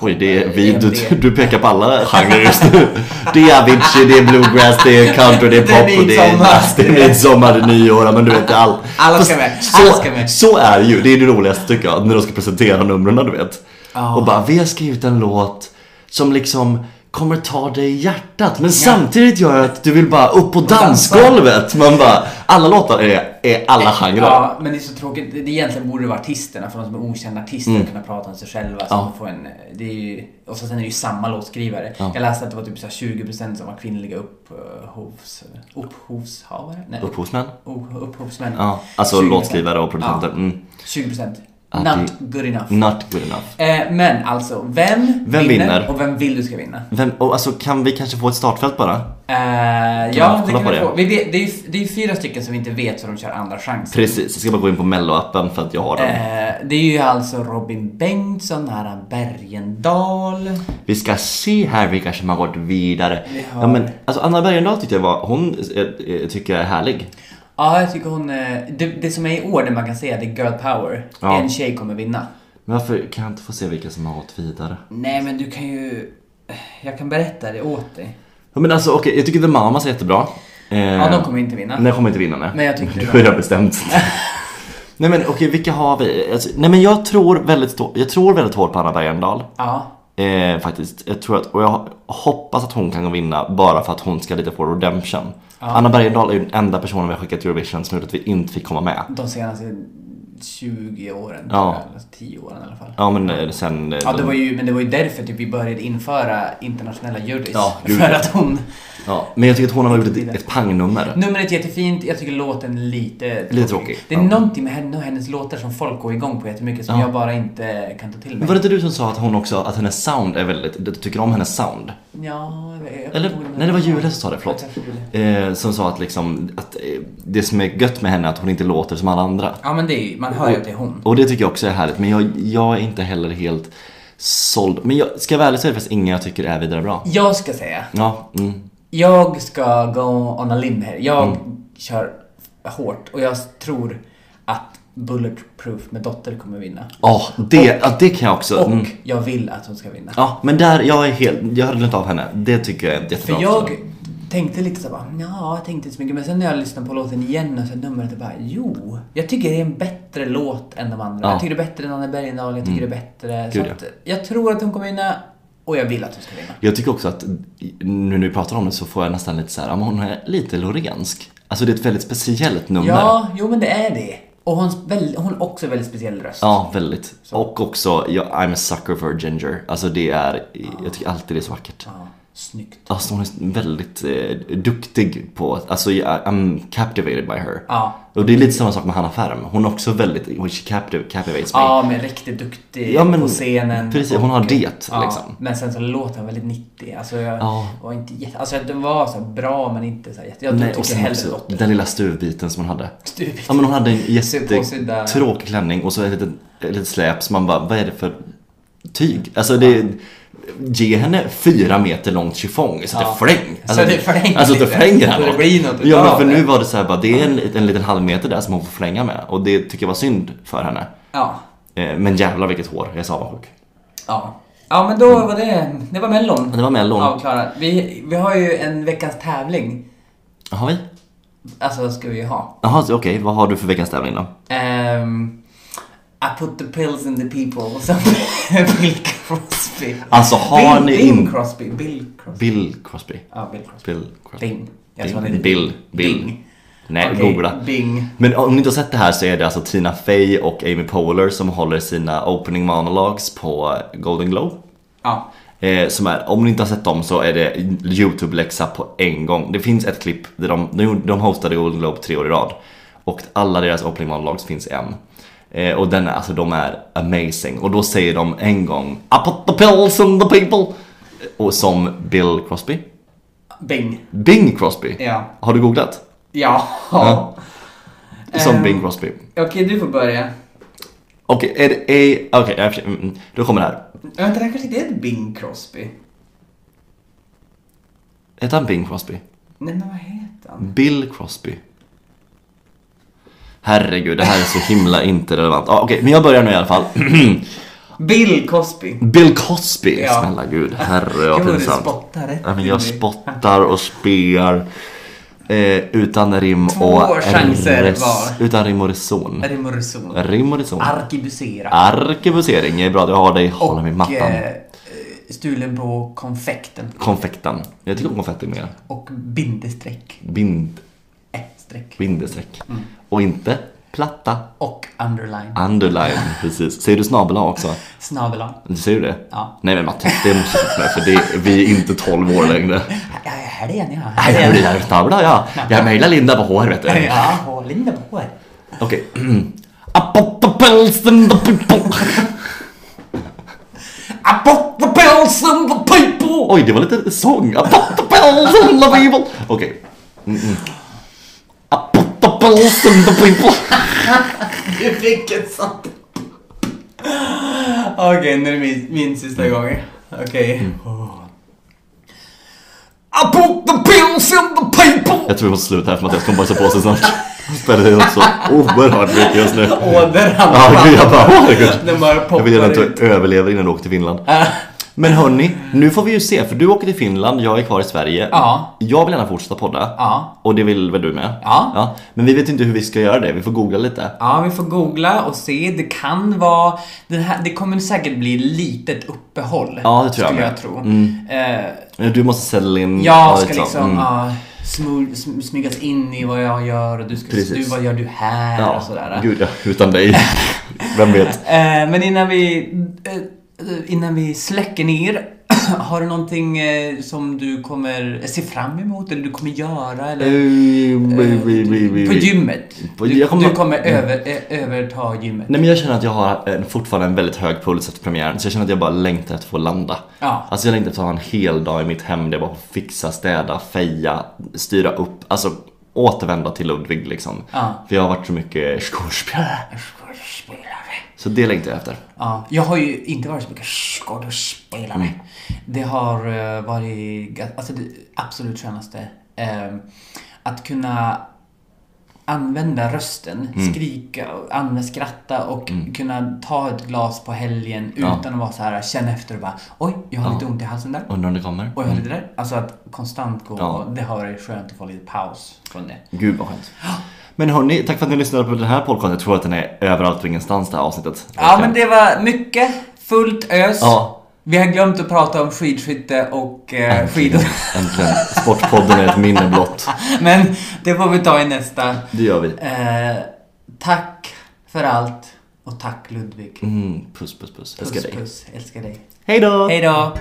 S2: Oj, det är
S1: pop,
S2: vi, du,
S1: EMD.
S2: du pekar på alla genrer just nu. Det är Avicii, det är bluegrass, det är country, det är
S1: Det är
S2: pop och det är
S1: midsommar.
S2: jazz, det är midsommar, det är nyår, men du vet det är allt.
S1: Alla ska
S2: Fast
S1: med,
S2: Så,
S1: alla ska med.
S2: så är det ju, det är det roligaste tycker jag, när de ska presentera numren du vet.
S1: Ja.
S2: Och bara, vi har skrivit en låt som liksom kommer ta dig i hjärtat, men samtidigt gör att du vill bara upp på
S1: dansa.
S2: dansgolvet. Man bara, alla låtar är, är alla genrer.
S1: Ja, men det är så tråkigt. Det det egentligen borde det vara artisterna, för de som är okända artister, att kunna prata om sig själva. Så
S2: Mm. Ja.
S1: man får en, det är ju, och så sen är det ju samma låtskrivare.
S2: Ja.
S1: Jag läste att det var typ så här 20% som var kvinnliga upphovs, upphovshavare? Nej,
S2: Upphovsmän?
S1: upp, upphovsmän.
S2: Ja, alltså
S1: 20%.
S2: låtskrivare och producenter.
S1: Ja,
S2: Mm.
S1: 20%.
S2: Ja,
S1: Not good enough.
S2: Not good enough.
S1: Eh, men alltså, vem,
S2: Vem vinner?
S1: och vem vill du ska vinna?
S2: Vem, och alltså kan vi kanske få ett startfält bara?
S1: Eh,
S2: man
S1: ja, det
S2: kolla
S1: kan
S2: på
S1: vi
S2: det?
S1: få. Vi vet, det, är, ju- det är ju fyra stycken som vi inte vet hur de kör andra chansen.
S2: Precis, jag ska bara gå in på mello-appen för att jag har den.
S1: Eh, det är ju alltså Robin Bengtsson, Harald Bergendahl.
S2: Vi ska se här vilka som har gått vidare.
S1: Vi har-
S2: Ja, men, alltså Anna Bergendahl tyckte jag var, hon eh, eh, tycker jag är härlig.
S1: Ja, jag tycker hon... eh, Det, det som är i år, det man kan säga, det är girl power.
S2: Ja.
S1: En tjej kommer vinna.
S2: Men varför kan jag inte få se vilka som har gått vidare?
S1: Nej, men du kan ju... eh, Jag kan berätta det åt dig.
S2: Ja, men alltså okej, jag tycker The Mamas är jättebra. Eh,
S1: Ja, de kommer inte vinna.
S2: Nej, kommer inte vinna nej.
S1: Men jag tyckte det
S2: Du
S1: var-
S2: har redan bestämt. nej men okej, vilka har vi? Alltså, nej men jag tror väldigt, stå- jag tror väldigt hårt på Anna Bergendahl.
S1: Ja.
S2: Eh, faktiskt. Jag tror att, och jag hoppas att hon kan vinna bara för att hon ska lite få redemption. Anna Bergendahl är ju den enda personen vi har skickat till Eurovision som gjort att vi inte fick komma med.
S1: De senaste 20 åren,
S2: Ja.
S1: tror jag, eller 10 åren i alla fall.
S2: Ja men eh, sen... eh,
S1: Ja, det
S2: de-
S1: var ju, men det var ju därför typ, vi började införa internationella jurys.
S2: Ja, gud.
S1: för att hon...
S2: ja. Men jag tycker att hon har gjort ett, ett pangnummer.
S1: Numret är jättefint, jag tycker låten lite tråkig.
S2: Lite tråkig,
S1: Det är
S2: ja.
S1: någonting med henne och hennes låtar som folk går igång på jättemycket som
S2: Ja.
S1: jag bara inte kan ta till
S2: Men var det
S1: mig.
S2: inte du som sa att hon också, att hennes sound är väldigt, du tycker om hennes sound?
S1: Ja, jag vet- jag
S2: Eller?
S1: kommer inte ihåg
S2: Nej det var Julia som sa det,
S1: Ja,
S2: förlåt.
S1: kanske Julia.
S2: Eh, som sa att liksom, att eh, det som är gött med henne är att hon inte låter som alla andra.
S1: Ja men det är ju, man hör ju att det är hon.
S2: Och det tycker jag också är härligt, men jag, jag är inte heller helt såld. Men jag, ska jag vara ärlig så är det faktiskt ingen jag tycker är vidare bra.
S1: Jag ska säga,
S2: Ja, mm.
S1: jag ska go on a limb här. Jag kör hårt och jag tror att Bulletproof med Dotter kommer vinna.
S2: Ja, det, ja, det kan jag också.
S1: Och
S2: Mm.
S1: jag vill att hon ska vinna.
S2: Ja, men där, jag är helt, jag har glömt av henne. Det tycker jag är ett jättebra
S1: För jag
S2: förslag.
S1: tänkte lite så bara, ja, jag tänkte inte så mycket. Men sen när jag lyssnade på låten igen och sen numret, jag bara, jo. Jag tycker det är en bättre låt än de andra.
S2: Ja. Mm.
S1: Jag tycker det är bättre än Anna Bergendahl, jag tycker det är bättre.
S2: Gud,
S1: så att jag tror att hon kommer vinna och jag vill att hon ska vinna.
S2: Jag tycker också att, nu när vi pratar om det så får jag nästan lite så här, ja, men hon är lite Lorensk. Alltså det är ett väldigt speciellt nummer.
S1: Ja, jo men det är det. Och hon, väl, hon har också väldigt speciell röst.
S2: Ja, väldigt. Och också, jag, I'm a sucker for ginger. Alltså det är, jag tycker alltid det är så vackert.
S1: Ja. Snyggt.
S2: Alltså hon är väldigt eh, duktig på, alltså jag- I'm captivated by her.
S1: Ja.
S2: Och det är lite samma sak med Hanna Ferm. Hon är också väldigt, hon she captiv- captivates me.
S1: Ja, men riktigt duktig
S2: Ja, men
S1: på scenen.
S2: precis, hon har det,
S1: ja,
S2: liksom.
S1: Men sen så låter hon väldigt 90. Alltså, jag
S2: Ja.
S1: var inte jätte... Alltså, den var så här bra, men inte så här jätte... Jag
S2: Nej, och
S1: tycker
S2: sen
S1: hellre
S2: också
S1: Lotta
S2: den lilla stuvbiten som hon hade.
S1: Stupid.
S2: Ja men hon hade en
S1: Påsydda-
S2: jättetråkig klänning och så ett litet, ett litet släp så man bara, vad är det för tyg? Alltså det, ge henne fyra meter långt chiffong så att
S1: Ja.
S2: det fläng.
S1: Så det flänger
S2: Alltså det
S1: lite.
S2: flänger
S1: Så det
S2: här
S1: blir något
S2: Ja men
S1: utav
S2: för
S1: det.
S2: nu var det så här bara, det är en, en liten halvmeter där som hon får flänga med och det tycker jag var synd för henne.
S1: Ja.
S2: Eh, Men jävlar vilket hår, jag är så avundsjuk.
S1: Ja. Ja, men då var det... Det var Mellon.
S2: Men Det var mellon.
S1: Ja, Klara. Vi, vi har ju en veckans tävling.
S2: Har vi?
S1: Alltså, ska vi ju ha.
S2: Jaha, så- okej, vad har du för veckans tävling då?
S1: Ehm, I put the pills in the people. Som Bill Crosby.
S2: Alltså har
S1: Bill,
S2: ni
S1: Bing
S2: in...
S1: Crosby. Bill Crosby.
S2: Bill Crosby.
S1: Ja, Bill Crosby.
S2: Bill Crosby.
S1: Bing. Jag tror han
S2: Bill.
S1: heter
S2: Bill. Bill.
S1: Bing.
S2: Nej,
S1: Okej,
S2: googla.
S1: Bing.
S2: Men om ni inte har sett det här så är det alltså Tina Fey och Amy Poehler som håller sina opening monologues på Golden Globe.
S1: Ja.
S2: Eh, som är, om ni inte har sett dem så är det YouTube-läxa på en gång. Det finns ett klipp där de, de, gjorde- de hostade Golden Globe tre år i rad. Och alla deras opening monologues finns i en. Eh, och den är, alltså de är amazing. Och då säger de en gång I put the pills in the people. Och som Bill Crosby.
S1: Bing.
S2: Bing Crosby.
S1: Ja.
S2: Har du googlat?
S1: Ja.
S2: Ja. Som
S1: Ehm.
S2: Bing Crosby.
S1: Okej, du får börja.
S2: Okej, är det... Är, okej, jag försöker- mm, mm. då kommer det här.
S1: Ja, Vänta, det här kanske inte heter Bing Crosby?
S2: Heter han Bing Crosby?
S1: Nej, men vad heter han?
S2: Bill Crosby. Herregud, det här är så himla inte relevant. Ah, Okej, men jag börjar nu i alla fall.
S1: Bill Cosby.
S2: Bill Cosby!
S1: Ja.
S2: Snälla gud, herre
S1: Jo,
S2: vad
S1: du
S2: pinsamt.
S1: spottar rätt
S2: Ja, men
S1: i
S2: jag
S1: mig.
S2: spottar och spear. Eh, utan rim
S1: Två
S2: och...
S1: chanser
S2: res-
S1: var.
S2: Utan rim och reson.
S1: Är det Morrison?
S2: Rim och reson.
S1: Arkebusera.
S2: Arkebusering är bra, det har dig. Håller mig i
S1: Och
S2: mattan.
S1: eh, stulen på konfekten.
S2: Konfekten. Jag tycker om konfekt mer.
S1: Och bindestreck.
S2: Bind,
S1: Äh, streck.
S2: bindestreck.
S1: Mm.
S2: Och inte platta.
S1: Och underline.
S2: Underline, precis. Säger du snabel A också?
S1: Snabel A.
S2: Du säger du det?
S1: Ja.
S2: Nej men Matte, det måste du med för det, vi är inte 12 år längre.
S1: Här- Här är den ja.
S2: Nej,
S1: Här
S2: jag
S1: är
S2: blir
S1: den.
S2: här snabla ja. Jag mejlar Linda på HR vet du.
S1: Ja, håll in det på er.
S2: Okej. Apotopelsen the people.
S1: I put the bells in the people!
S2: Oj, det var lite sång. Apotopelsen the people. Okej. Mm, mm. Apotopelsen the people.
S1: Vilket sant. Okej, nu är det min, min sista gång. Okej. Oh. I put the pills in the people!
S2: Jag tror vi måste sluta här för Mattias kommer bajsa på sig snart. Han spelar ju också oerhört mycket just nu.
S1: Åder han
S2: Ja, gud, jag bara, åh, herregud.
S1: Den bara poppar
S2: Jag vill gärna att
S1: ut. Äh.
S2: du överlever innan du åker till Finland. Men hörni, nu får vi ju se för du åker till Finland, jag är kvar i Sverige.
S1: Ja.
S2: Jag vill gärna fortsätta podda.
S1: Ja.
S2: Och det vill väl du med?
S1: Ja.
S2: Men vi vet inte hur vi ska göra det, vi får googla lite.
S1: Ja, vi får googla och se. Det kan vara... Det, här, det kommer säkert bli litet uppehåll.
S2: Ja, det tror jag
S1: skulle
S2: med.
S1: jag, tro. Eh,
S2: Du måste sälja in... ja,
S1: Jag ska
S2: liksom,
S1: liksom
S2: mm.
S1: ja, smu- sm- smygas in i vad jag gör och du, ska,
S2: Precis.
S1: du vad gör du här och sådär.
S2: Gud ja, utan dig. Vem vet?
S1: Eh, men innan vi, eh, eh, innan vi släcker ner, har du någonting eh, som du kommer se fram emot eller du kommer göra? Eller, på gymmet?
S2: Eh, På-
S1: du,
S2: jag kommer-
S1: du kommer
S2: Mm.
S1: över, eh, överta gymmet?
S2: Nej men jag känner att jag har en, fortfarande en väldigt hög puls efter premiären så jag känner att jag bara längtar efter att få landa.
S1: Ja.
S2: Alltså jag längtar efter att ha en hel dag i mitt hem där jag bara får fixa, städa, feja, styra upp, alltså återvända till Ludvig liksom.
S1: Ja.
S2: För jag har varit så mycket skådespelare.
S1: Skådespelare.
S2: Så det längtar jag efter.
S1: Ja, jag har ju inte varit så mycket skådespelare.
S2: Mm.
S1: Det har eh, varit ga- alltså det absolut skönaste. eh, att kunna använda rösten,
S2: Mm.
S1: skrika, och använda, skratta och kunna ta ett glas på helgen
S2: Ja.
S1: utan att vara så här känna efter och bara oj, jag har lite ont i halsen där.
S2: Undrar om det kommer?
S1: Och jag har lite där. Alltså att konstant gå,
S2: Mm. Ja.
S1: det har varit skönt att få lite paus från det.
S2: Gud vad skönt. Men hörni, tack för att ni lyssnade på den här podcasten. Jag tror att den är överallt och ingenstans det här avsnittet.
S1: Ja, men det var mycket, fullt ös.
S2: Ja.
S1: Vi har glömt att prata om skidskytte och eh,
S2: Äntligen,
S1: skidor.
S2: äntligen. Sportpodden är ett minne blott.
S1: Men det får vi ta i nästa.
S2: Det gör vi.
S1: Eh, tack för allt och tack Ludvig.
S2: Mm, puss puss puss. Älskar
S1: puss,
S2: dig.
S1: puss. Älskar dig.
S2: Hej då!
S1: Hej då!